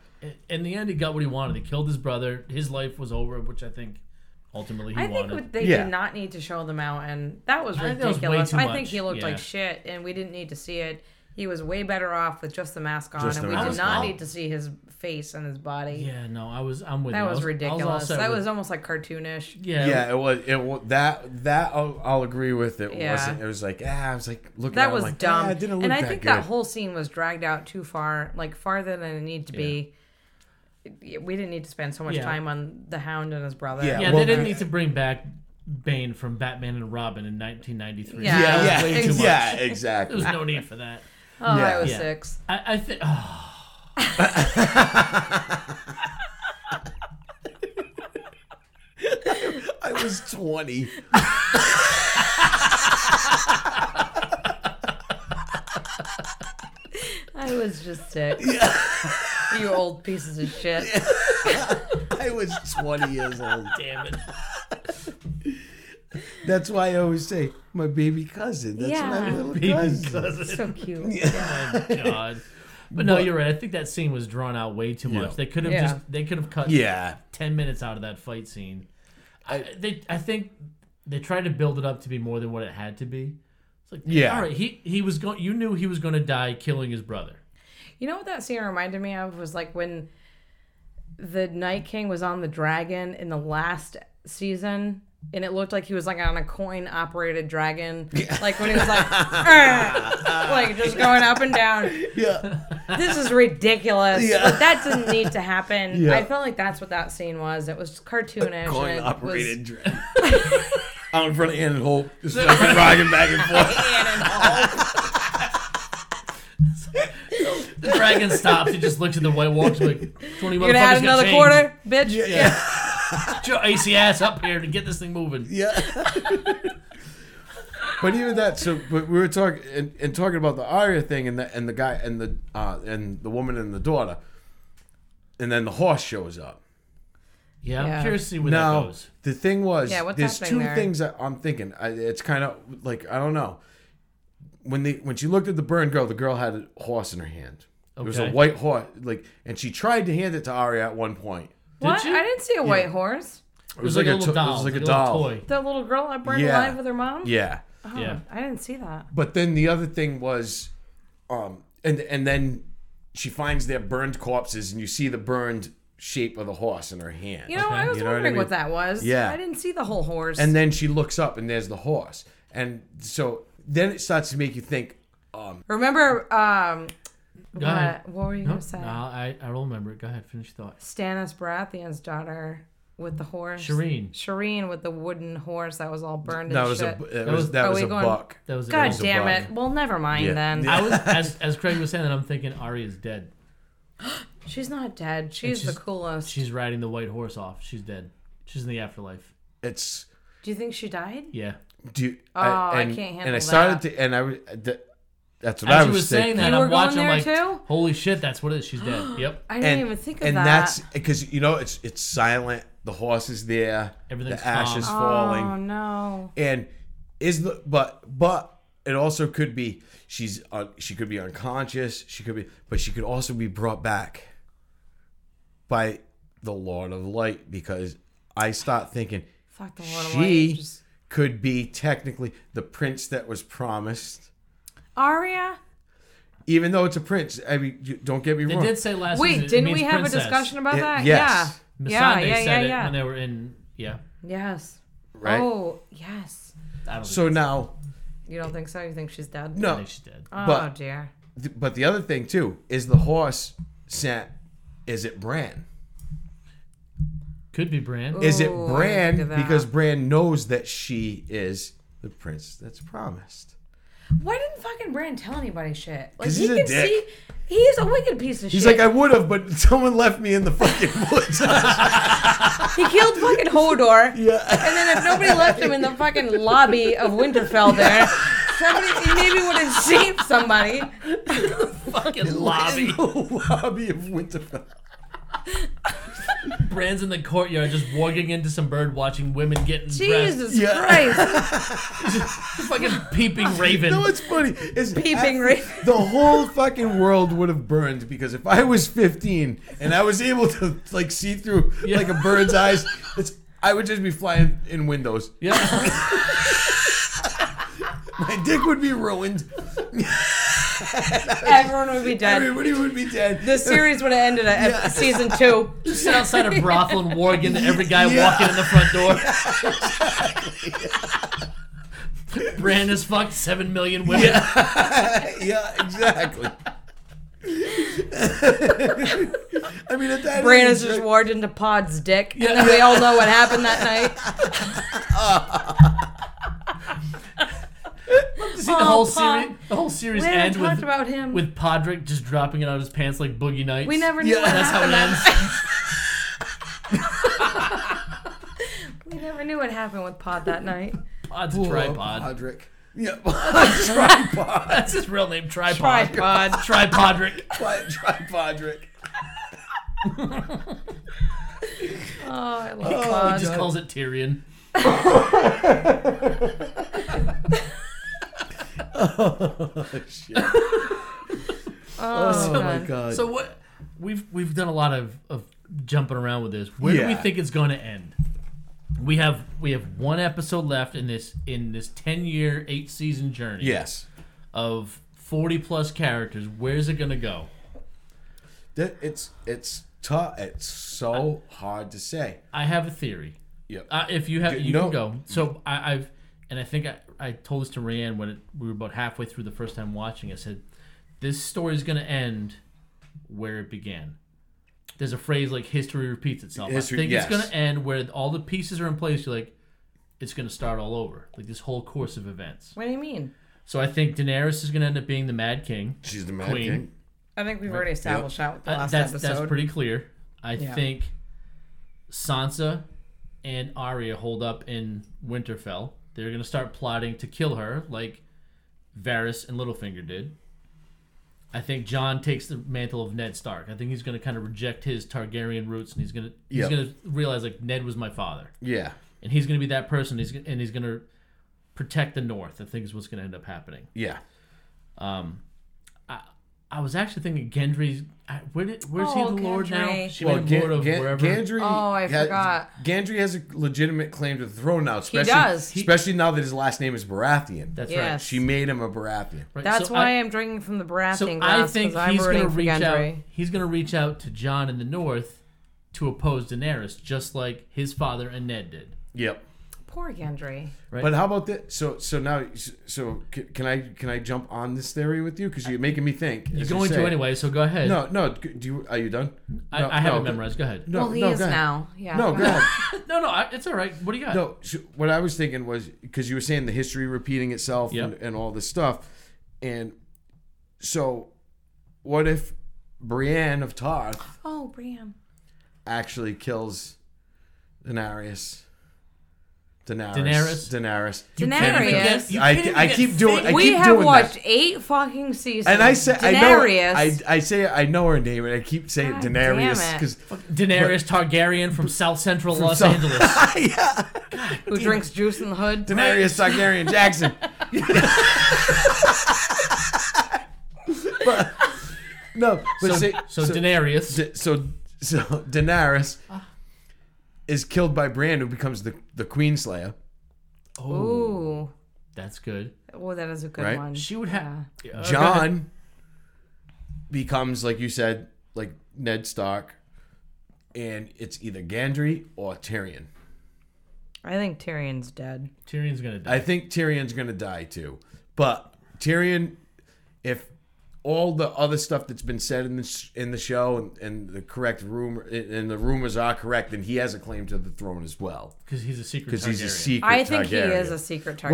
In the end, he got what he wanted. He killed his brother. His life was over, which I think ultimately he
I think
wanted.
what- they
Yeah.
did not need to show them out, and that was
I think that was way
ridiculous.
too
I think
much,
he looked
yeah.
like shit, and we didn't need to see it. He was way better off with just the mask on,
Just
and
the
we
mask
did not
on.
need to see his face and his body.
yeah, no, I was. I'm with
That
you. I
was
I
ridiculous.
upset
that
with-
was almost like cartoonish.
yeah,
yeah it was it was that that i'll, I'll agree with it
Yeah.
wasn't it was like ah i was like looking at
That
it,
was
I'm like,
dumb.
ah, it didn't look
and I
that
think
good.
that whole scene was dragged out too far, like farther than it needed to be. We didn't need to spend so much
Yeah.
time on the hound and his brother.
Yeah.
Yeah,
Well,
they didn't
I-
need to bring back Bane from Batman and Robin in 1993.
Yeah.
That was
yeah
way too
yeah,
much.
yeah
There was
exactly
no need for that.
Oh,
Yeah.
I was
Yeah.
six.
I, oh, I think.
i was 20
I was just six. you old pieces of shit.
i was 20 years old
damn it.
That's why I always say my baby cousin. That's my
Yeah.
little
Baby
cousin.
cousin.
So cute.
Oh my God. But no, you're right. I think that scene was drawn out way too much.
Yeah.
They could have
Yeah.
just they could have cut
Yeah,
ten minutes out of that fight scene. I they I think they tried to build it up to be more than what it had to be. It's like
Yeah.
all right, he he was going. You knew he was going to die killing his brother.
You know what that scene reminded me of was like when the Night King was on the dragon in the last season. And it looked like he was like on a coin operated dragon. Like when he was like, "Arr!" like just going up and down.
yeah,
This is ridiculous.
Yeah.
Like, that didn't need to happen.
Yeah.
I felt like that's what that scene was. It was just cartoonish. and
coin
it
operated. dragon. Out in front of Ann and Hope, just fucking rocking back and forth.
Was, Ian and Hulk.
The dragon stops. He just looks at the white walks like twenty.
You're gonna add another quarter, bitch.
Yeah, yeah,
Get your icy ass up here to get this thing moving.
yeah. but even that, so but we were talking and, and talking about the Arya thing, and the and the guy and the uh, and the woman and the daughter, and then the horse shows up.
Yeah,
Yeah.
I'm curious to see where that
Now
goes.
the thing was,
Yeah, what's
there's two
happening there?
things that I'm thinking. I, it's kind of like I don't know. When they when she looked at the burned girl, the girl had a horse in her hand. It was a
Okay.
white horse, like, and she tried to hand it to Arya at one point.
What?
you?
I didn't see a white horse.
It
It was like, a little
to-
doll.
It was like a
little
doll.
toy.
The little girl that burned
Yeah.
alive with her mom?
Yeah,
Oh,
Yeah.
I didn't see that.
but then the other thing was, um, and and then she finds their burned corpses, and you see the burned shape of the horse in her hand.
You know, I was
You know what I
wondering
mean?
what that was.
Yeah.
I didn't see the whole horse.
And then she looks up, and there's the horse, and so then it starts to make you think. Um,
Remember, um,
Go ahead.
what, what were you
No,
going to say?
no, I, I will remember it. Go ahead, finish your thoughts.
Stannis Baratheon's daughter with the horse.
Shireen.
Shireen with the wooden horse that was all burned
That
and
was a
shit.
that was that
Are
was
we
a
going-
buck.
That was
God
it.
a
damn
bug.
it. Well, never mind
Yeah.
then.
Yeah.
I was as as Craig was saying that I'm thinking Arya's dead.
She's not dead. She's,
she's-
the coolest.
She's riding the white horse off. She's dead. She's in the afterlife.
It's
Do you think she died?
Yeah.
do you,
Oh, I
and,
can't
And
handle
I started
that.
to and I was- th- that's what
As
I
you
was,
was saying
thinking.
that,
You
I'm
were going
watching
there
like,
too?
holy shit, that's what it is. She's dead. yep.
I didn't
and
even think of
and
that.
that's because you know it's it's silent. The horse is there.
Everything's
the ash is
calm.
falling.
Oh, no.
And is the but but it also could be she's uh, she could be unconscious. She could be, but she could also be brought back by the Lord of Light because I start thinking
Fuck the Lord of
she
Light. Just-
could be technically the prince that was promised.
Arya?
Even though it's a prince, I mean, you- don't get me
They
wrong.
did say last.
Wait,
season it
didn't
means
we have
princess.
a discussion about
It-
that?
yes.
Missandei
Yeah, yeah,
said
yeah,
it
yeah.
when they were in. Yeah,
Yes.
Right?
Oh, yes.
I don't
So now,
You don't think so? You think she's dead?
think
no,
she's dead.
Oh
but-
dear.
th- but the other thing too is the horse sent. Is it Bran?
Could be Bran.
Is it
Ooh, I
Bran
think of
because
that.
Bran knows that she is the prince that's promised?
Why didn't fucking Bran tell anybody shit? Like
'Cause
he
he's a
can
dick.
see he's a wicked piece of
He's
shit.
like, I would have, but someone left me in the fucking woods.
he killed fucking Hodor.
yeah.
And then if nobody left him in the fucking lobby of Winterfell there, somebody he maybe would have saved somebody.
Fucking lobby.
In the lobby of Winterfell.
Bran's in the courtyard, just walking into some bird, watching women getting dressed.
Jesus
Yeah.
Christ.
Fucking peeping raven.
No, it's funny. It's
Peeping
I-
raven.
The whole fucking world would have burned because if I was 15 and I was able to like see through
Yeah.
like a bird's eyes, it's I would just be flying in windows.
yeah.
My dick would be ruined.
Everyone would be dead.
Everybody would be dead.
The series would have ended at at season two.
Just sit outside a brothel and warg into every guy
Yeah.
walking in the front door. Bran has fucked seven million women.
yeah, exactly. I mean, at that
Bran
age,
is just
like,
warged into Pod's dick, and then we all know what happened that night.
See the whole
Oh, Pod.
series. The whole series
We haven't
end
talked
with
about him.
with Podrick just dropping it out of his pants like Boogie Nights.
we never knew
Yeah,
what
that's
That's how it
happened.
ends.
we never knew what happened with Pod that night.
Pod's a tripod.
Podrick. Yeah, tripod.
That's his real name, tripod.
Tripod.
Tripodrick.
Tripodrick.
Oh, I love Pod.
Just calls it Tyrion.
Shit. Oh, my god.
So what we've we've done a lot of, of jumping around with this. Where do we
Yeah.
think it's going to end? We have we have one episode left in this in this ten year eight season journey
yes.
of forty plus characters. Where's it going to go?
That it's it's tough. It's so hard to say.
I have a theory.
Yep.
Uh, if you have,
Good-
you
no.
can go. So I, I've, and I think I, I told this to Rayanne when it, we were about halfway through the first time watching. I said, "This story is going to end where it began." There's a phrase like "history repeats itself."
History-
I think
yes.
it's going to end where all the pieces are in place. You're like, it's going to start all over, like this whole course of events.
What do you mean?
So I think Daenerys is going to end up being the Mad King.
She's the mad
Queen.
king.
I think we've already established that with the
Uh,
last
that's
episode.
that's pretty clear. I
Yeah.
think Sansa and Arya hold up in Winterfell. They're gonna start plotting to kill her, like Varys and Littlefinger did. I think John takes the mantle of Ned Stark. I think he's gonna kind of reject his Targaryen roots, and he's gonna he's
Yeah.
gonna realize like Ned was my father,
Yeah.
and he's gonna be that person. He's gonna- and he's gonna protect the North. I think is what's gonna end up happening.
Yeah.
I was actually thinking Gendry's. I- Where did, where's
Oh,
he the Lord now?
Gendry.
She
Well,
made
Gan-
Lord of
Gan-
wherever.
Gandry.
Oh, I
ha-
forgot.
Gandry has a legitimate claim to the throne now. Especially,
does. He-
Especially now that his last name is Baratheon.
That's
Yes.
right.
she made him a Baratheon.
Right,
That's
so
why I,
I,
am drinking from the Baratheon
so I
glass
think
because I'm
he's
rooting
gonna
for
reach out.
Gendry.
He's gonna reach out to John in the North to oppose Daenerys, just like his father and Ned did.
Yep.
Poor Gendry.
Right.
But how about this? So so now so c- can I can I jump on this theory with you because you're making me think.
You're going to anyway, so go ahead.
No, no. g- Do you are you done?
I,
no,
I have
no,
it
go-
memorized. Go ahead.
No,
well, he
no,
is
go ahead.
now. Yeah.
No, go ahead.
No, no, I, it's all right. What do you got?
No, sh- what I was thinking was because you were saying the history repeating itself
Yeah.
and, and all this stuff, and so what if Brienne of Tarth
Oh, Bram.
actually kills Daenerys? Daenerys.
Daenerys?
Daenerys.
You can't even
Daenerys.
guess- you
I-
can't even
I
guess
keep doing- I-
things.
We
keep
have
doing
watched eight fucking seasons.
And I say
Daenerys.
I know I, I say I know her name, and I keep saying
God
Daenerys
damn it.
because
Daenerys Targaryen from South Central Los
South-
Angeles.
yeah,
who drinks juice in the hood.
Daenerys Targaryen Jackson. But- no, but
So,
say-
so Daenerys.
Da- so so Daenerys
Ah.
is killed by Bran, who becomes the the Queen Slayer.
oh,
Ooh.
that's good.
Oh, that is a good
Right?
one.
She would uh, have
John becomes, like you said, like Ned Stark. and it's either Gandry or Tyrion.
I think Tyrion's dead.
Tyrion's gonna die.
I think Tyrion's gonna die too. But Tyrion, if all the other stuff that's been said in this in the show and, and the correct rumor and the rumors are correct, then he has a claim to the throne as well
Because he's a secret.
because he's a
Targaryen.
secret.
I think he
Targaryen.
is a secret Targaryen.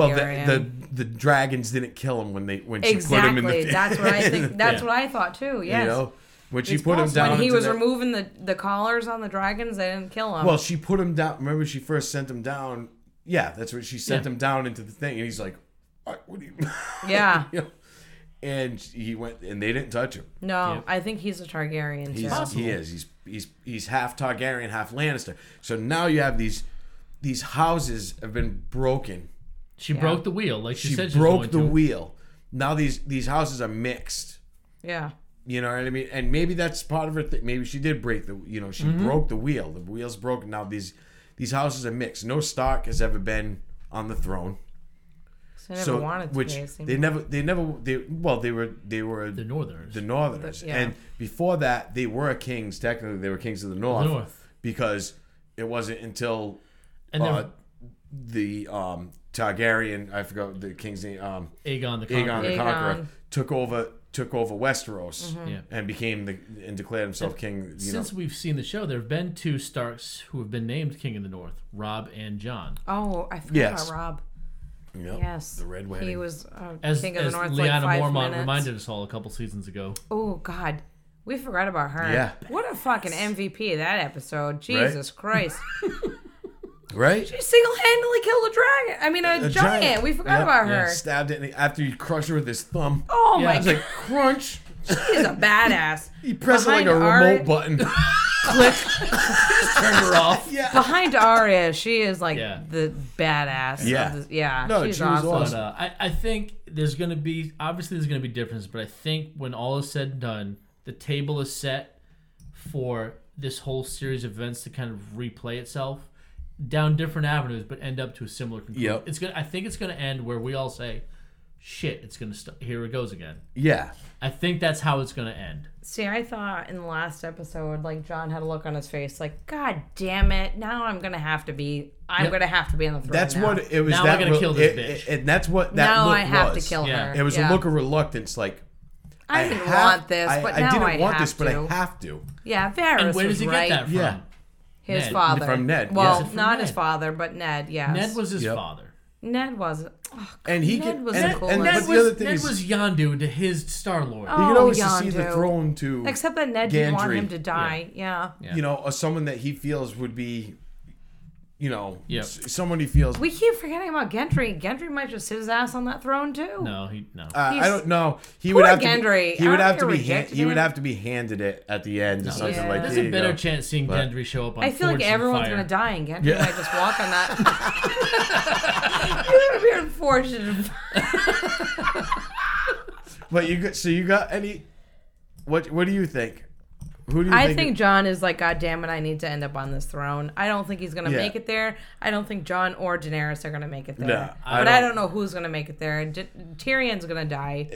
Well, the, the the dragons didn't kill him when they when she put him in
exactly.
the
that's what I think. That's
Yeah.
what I thought too. Yes.
you know when she
It's
put him
possible.
down
When he
into
was
that-
removing the, the collars on the dragons, they didn't kill him.
Well, she put him down. Remember, she first sent him down. Yeah, that's what she sent
Yeah.
him down into the thing, and he's like, "What, what do you?"
yeah.
you know? And he went, and they didn't touch him.
No,
Yep.
I think he's a Targaryen
He's,
too.
Possible.
He is. He's he's he's half Targaryen, half Lannister. So now you have these these houses have been broken.
She broke the wheel, like she,
She
said.
broke the
to.
wheel. Now these these houses are mixed.
Yeah.
You know what I mean? And maybe that's part of her. Th- maybe she did break the. You know, she
Mm-hmm.
broke the wheel. The wheel's broken. Now these these houses are mixed. No Stark has ever been on the throne.
'Cause They never
so
wanted to
which
be. it seemed
they
like.
never they never they well they were they were
The
the,
Northerners.
Northerners
The- yeah.
and before that they were kings. Technically, they were kings of the North,
North.
because it wasn't until
and then
uh, the um, Targaryen I forgot the king's name um,
Aegon the
Aegon
Conqueror.
the
Aegon. Mm-hmm.
Conqueror took over took over Westeros
Mm.
Yeah.
and became the and declared himself king. You know,
Since we've seen the show, there have been two Starks who have been named King of the North, Rob and John.
Oh, I forgot
Yes.
about Rob.
Yep.
Yes.
the Red
He
Wedding.
was uh,
As,
King of
as
the North.
Liana
like five
Mormont
minutes.
reminded us all a couple seasons ago.
Oh God, we forgot about her.
Yeah.
What a fucking MVP that episode. Jesus Christ.
right.
She single-handedly killed a dragon. I mean, a,
A
giant. We forgot
Yep,
about
yeah.
her.
Stabbed it in the- after he crushed her with his thumb.
Oh
Yeah.
my
It's
Like crunch.
God, she's a badass.
He pressed it like a remote
Behind Ari-
button.
Turned her off.
yeah.
Behind Arya, she is like
Yeah.
the badass. of
Yeah.
this- yeah.
No,
she's
she was
awesome.
awesome.
But uh, I, I think there's going to be obviously there's going to be differences, but I think when all is said and done, the table is set for this whole series of events to kind of replay itself down different avenues, but end up to a similar conclusion.
Yep.
It's gonna. I think it's going to end where we all say, "Shit, it's going to st- here it goes again."
Yeah.
I think that's how it's going to end.
See, I thought in the last episode, like John had a look on his face, like God damn it! Now I'm gonna have to be. I'm
Yep.
gonna have to be on the throne.
That's
now.
what it was.
Now I
that
gotta
re-
kill this
it-
bitch.
it- and that's what that
Now
look
I have
was.
to kill
Yeah.
her.
It was
Yeah.
a look of reluctance, like
I didn't
have-
want this,
I,
but
I
now
didn't
I
want
have
this,
to.
but I have to.
yeah, Varys
And where
was
does he
right.
get that from?
Yeah.
His
Ned.
father
From Ned,
Well,
yes.
not
From
his
Ned.
father, but Ned. Yes.
Ned was his
Yep.
father.
Ned was. Oh,
And he
Ned
can.
was
and,
the
and,
coolest.
Ned
but
was,
the other thing
Ned
is,
was Yondu to his Star Lord.
you
Oh,
can always see the
Yondu.
throne to,
Except that Ned didn't want
Gandry.
him to die. Yeah.
Yeah.
you know, or someone that he feels would be, you know,
Yep.
s- someone he feels.
We keep forgetting about Gendry. Gendry might just sit his ass on that throne too.
No, he no.
uh, I
he's-
don't know. He
Poor
would have
Gendry.
to. Be, he would
I
have to
don't
be.
think he
Han-
rejected
he would
him.
have to be handed it at the end or something
Yeah.
like
There's
"Here
a
you
better
go."
chance seeing
But-
Gendry show up on.
I feel like
Forged in
everyone's
Fire.
gonna die and Gendry
Yeah.
might just walk on that. You're gonna be unfortunate.
But you got so you got any? What What do you think? Who do you
I
think?
think John is like, God damn it, I need to end up on this throne. I don't think he's gonna
Yeah.
make it there. I don't think John or Daenerys are gonna make it there.
No, I
but I
don't-
don't know who's gonna make it there. D- Tyrion's gonna die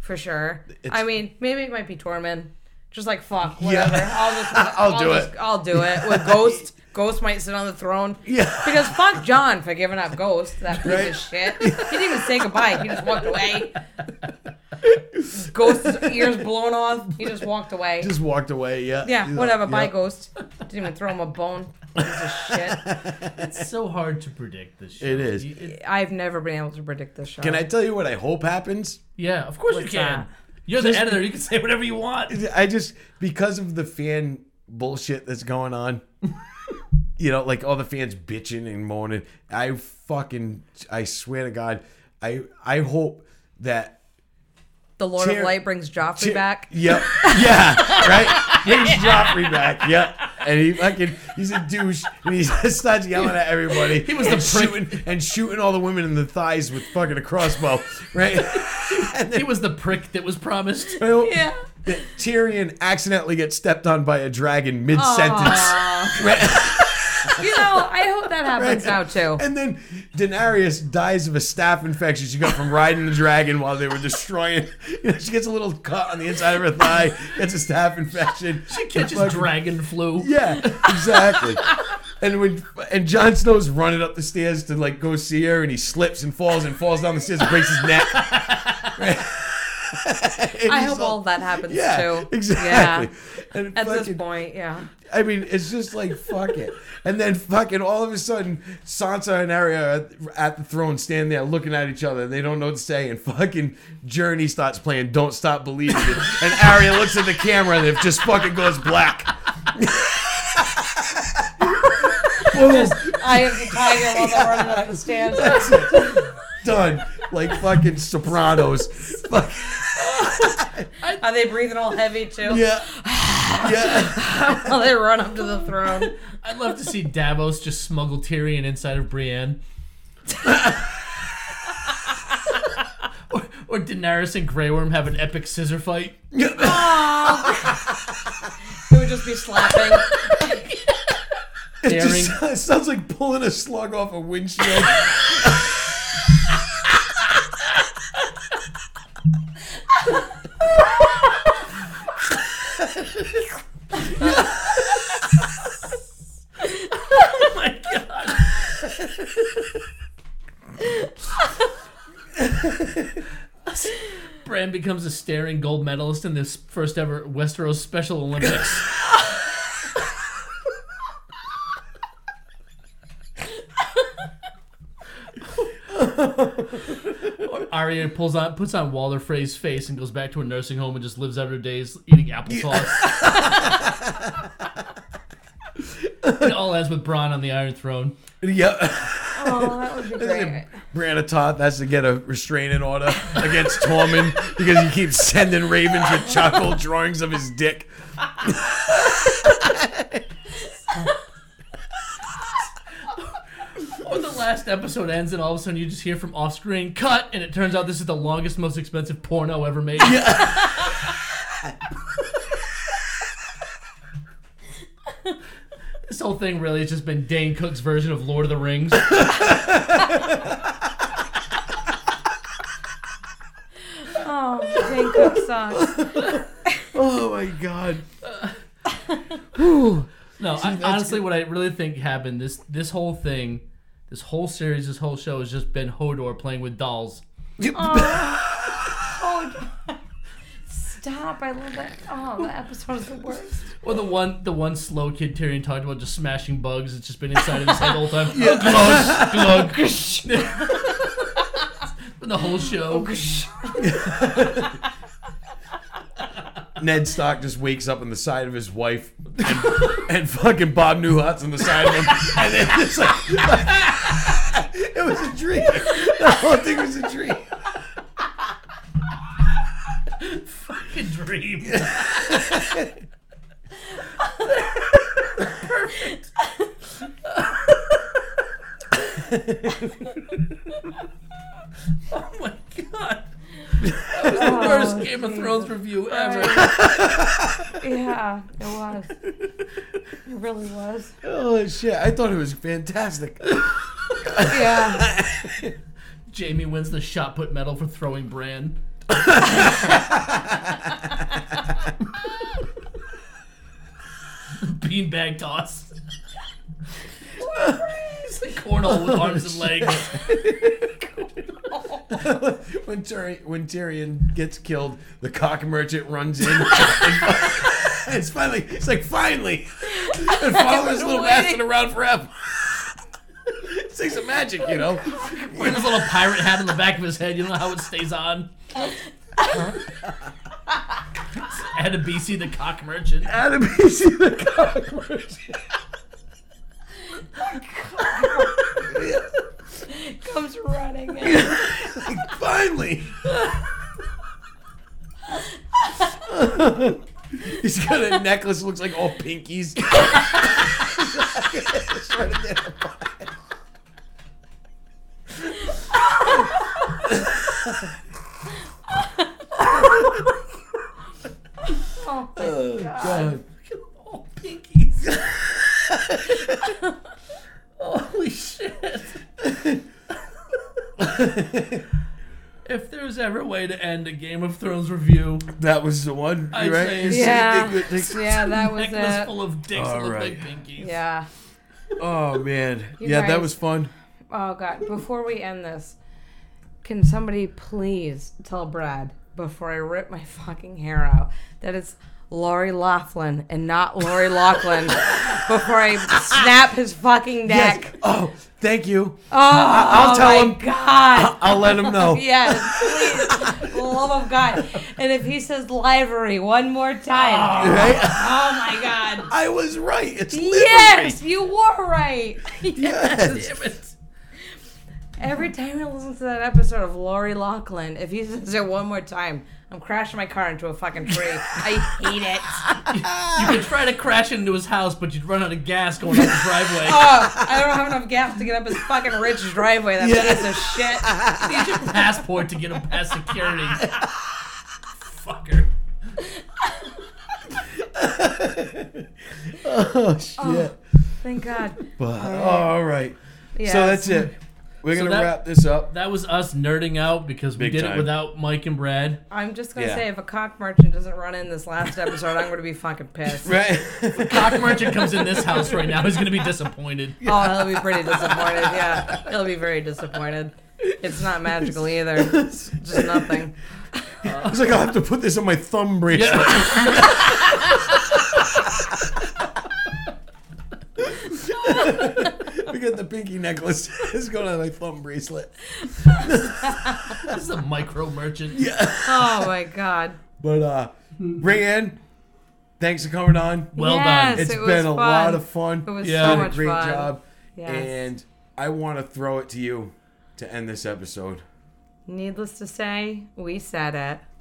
for sure. I mean, maybe it might be Tormund. Just like fuck, whatever. I'll just,
I'll do
just-
it.
I'll do it with Ghost. Ghost might sit on the throne.
Yeah.
Because fuck John for giving up Ghost. That piece
Right.
of shit. He didn't even say goodbye. He just walked away. Ghost's ears blown off. He just walked away.
just walked away. Yeah.
Yeah,
Yeah.
whatever. Bye,
Yeah.
ghost. Didn't even throw him a bone. Piece of shit.
It's so hard to predict this. Show.
It is.
You- it-
I've never been able to predict this show.
Can I tell you what I hope happens?
yeah, of course you
What's
can.
that?
You're the editor. You can say whatever you want.
I just because of the fan bullshit that's going on. you know, like all the fans bitching and moaning. I fucking I swear to God, I I hope that
The Lord
Tyr-
of Light brings Joffrey back.
Yep. Yeah. Right. Brings Joffrey back. Yep. And he fucking he's a douche and he starts yelling at everybody. He was and shooting and shooting all the women in the thighs with fucking a crossbow. Right.
He was the prick that was promised.
Yeah.
that Tyrion accidentally gets stepped on by a dragon mid sentence.
Aw. You know, I hope that happens now too.
And then Daenerys dies of a staph infection she got from riding the dragon while they were destroying. You know, she gets a little cut on the inside of her thigh, gets a staph infection. She
Catches dragon flu.
Yeah, exactly. and when and Jon Snow's running up the stairs to like go see her, and he slips and falls and falls down the stairs and breaks his neck. And
I
he's
hope all that happens
yeah,
too.
exactly. And
Yeah. At this
fucking-
point, yeah.
I mean, it's just like fuck it. And then fucking all of a sudden, Sansa and Arya are at- at the throne, stand there looking at each other. They don't know what to say, and fucking Journey starts playing "Don't Stop Believing," and Arya looks at the camera and it just fucking goes black. Boom,
I am the tiger while they're running up the stairs.
done. Like fucking Sopranos. Fuck,
Are they breathing all heavy too?
yeah, yeah.
While they run up to the throne.
I'd love to see Davos just smuggle Tyrion inside of Brienne. or, or Daenerys and Grey Worm have an epic scissor fight.
They would just be slapping.
It just
Daring.
it sounds like pulling a slug off a windshield.
Oh my god. Bran becomes a staring gold medalist in this first ever Westeros Special Olympics. Or Arya pulls on puts on Walter Frey's face and goes back to a nursing home and just lives out her days eating applesauce. it all ends with Bronn on the Iron Throne.
yeah.
Oh, that would be great.
Brianna Toth has to get a restraining order against Tormund because he keeps sending ravens with charcoal drawings of his dick.
Or the last episode ends, and all of a sudden you just hear from off screen cut, and it turns out this is the longest, most expensive porno ever made. this whole thing really has just been Dane Cook's version of Lord of the Rings.
Oh, Jane Cook sucks.
Oh my god.
No, I, honestly, what I really think happened this this whole thing, this whole series, this whole show has just been Hodor playing with dolls.
Oh, stop. I love that. Oh, that episode is the worst.
Or the one the one slow kid Tyrion talked about just smashing bugs. It's just been inside of his head the whole time. Glug, glug. the whole show.
Ned Stark just wakes up on the side of his wife and, and fucking Bob Newhart's on the side of him. And then it's like, it was a dream. The whole thing was a dream.
Fucking dream. oh my god. That
Oh,
was the worst Game of Thrones review ever.
Yeah, it was. It really was.
Oh shit! I thought it was fantastic.
Yeah.
Jamie wins the shot put medal for throwing Bran. Beanbag toss. it's like cornhole with arms and legs.
When Tyrion, when Tyrion gets killed, the cock merchant runs in. and it's finally, it's like finally, and follows this little bastard around forever. It's like some magic, you know.
Wearing his little pirate hat on the back of his head. You know how it stays on. Had to BC the cock merchant.
Adam BC the cock merchant.
Comes running in.
Finally. He's got a necklace that looks like all pinkies. It's right there.
Oh, my
God.
Oh,
Uh, All pinkies. If there's ever a way to end a Game of Thrones review,
That was the one,
I'd
right?
say-
You said
Yeah.
it- it- it-
Yeah, that was
necklace
it.
full of dicks that
All
look
right.
like pinkies.
Yeah.
Oh man,
You
yeah, that
guys-
was fun.
Oh God! Before we end this, can somebody please tell Brad before I rip my fucking hair out that it's Lori Laughlin and not Lori Laughlin before I snap his fucking neck.
Yes. Oh, thank you.
Oh, I'll
tell
my
him.
God.
I'll let him know.
Yes, please, For the love of God. And if he says livery one more time,
Right?
oh my God.
I was right. It's Ah. livery.
Yes, you were right.
Yes.
Damn it.
Every time I listen to that episode of Lori Lachlan, if he says it one more time, I'm crashing my car into a fucking tree. I hate it.
You could try to crash into his house, but you'd run out of gas going up the driveway.
Oh, I don't have enough gas to get up his fucking rich driveway. That
Yeah.
piece of shit.
need your passport to get him past security. Fucker.
Oh shit.
Thank God.
But all right.
Oh, Yes.
So that's it. We're gonna
that-
wrap this up.
That was us nerding out because we
Big
did
time.
it without Mike and Brad.
I'm just gonna
Yeah.
say, if a cock merchant doesn't run in this last episode, I'm gonna be fucking pissed.
Right.
Cock merchant comes in this house right now. He's gonna be disappointed.
Oh, he'll be pretty disappointed. Yeah, he'll be very disappointed. It's not magical either. It's just nothing.
I was like, I'll have to put this on my thumb bracelet.
Yeah.
we got the pinky necklace. it's going on my thumb bracelet.
this is a micro merchant.
Oh my God.
But uh Rayanne, thanks for coming on.
Well
Yes,
done.
It's
it was
been a
fun.
lot of fun.
It was
Yeah.
so
You did
much
a great
fun.
job.
Yes.
And I want to throw it to you to end this episode.
Needless to say, we said it.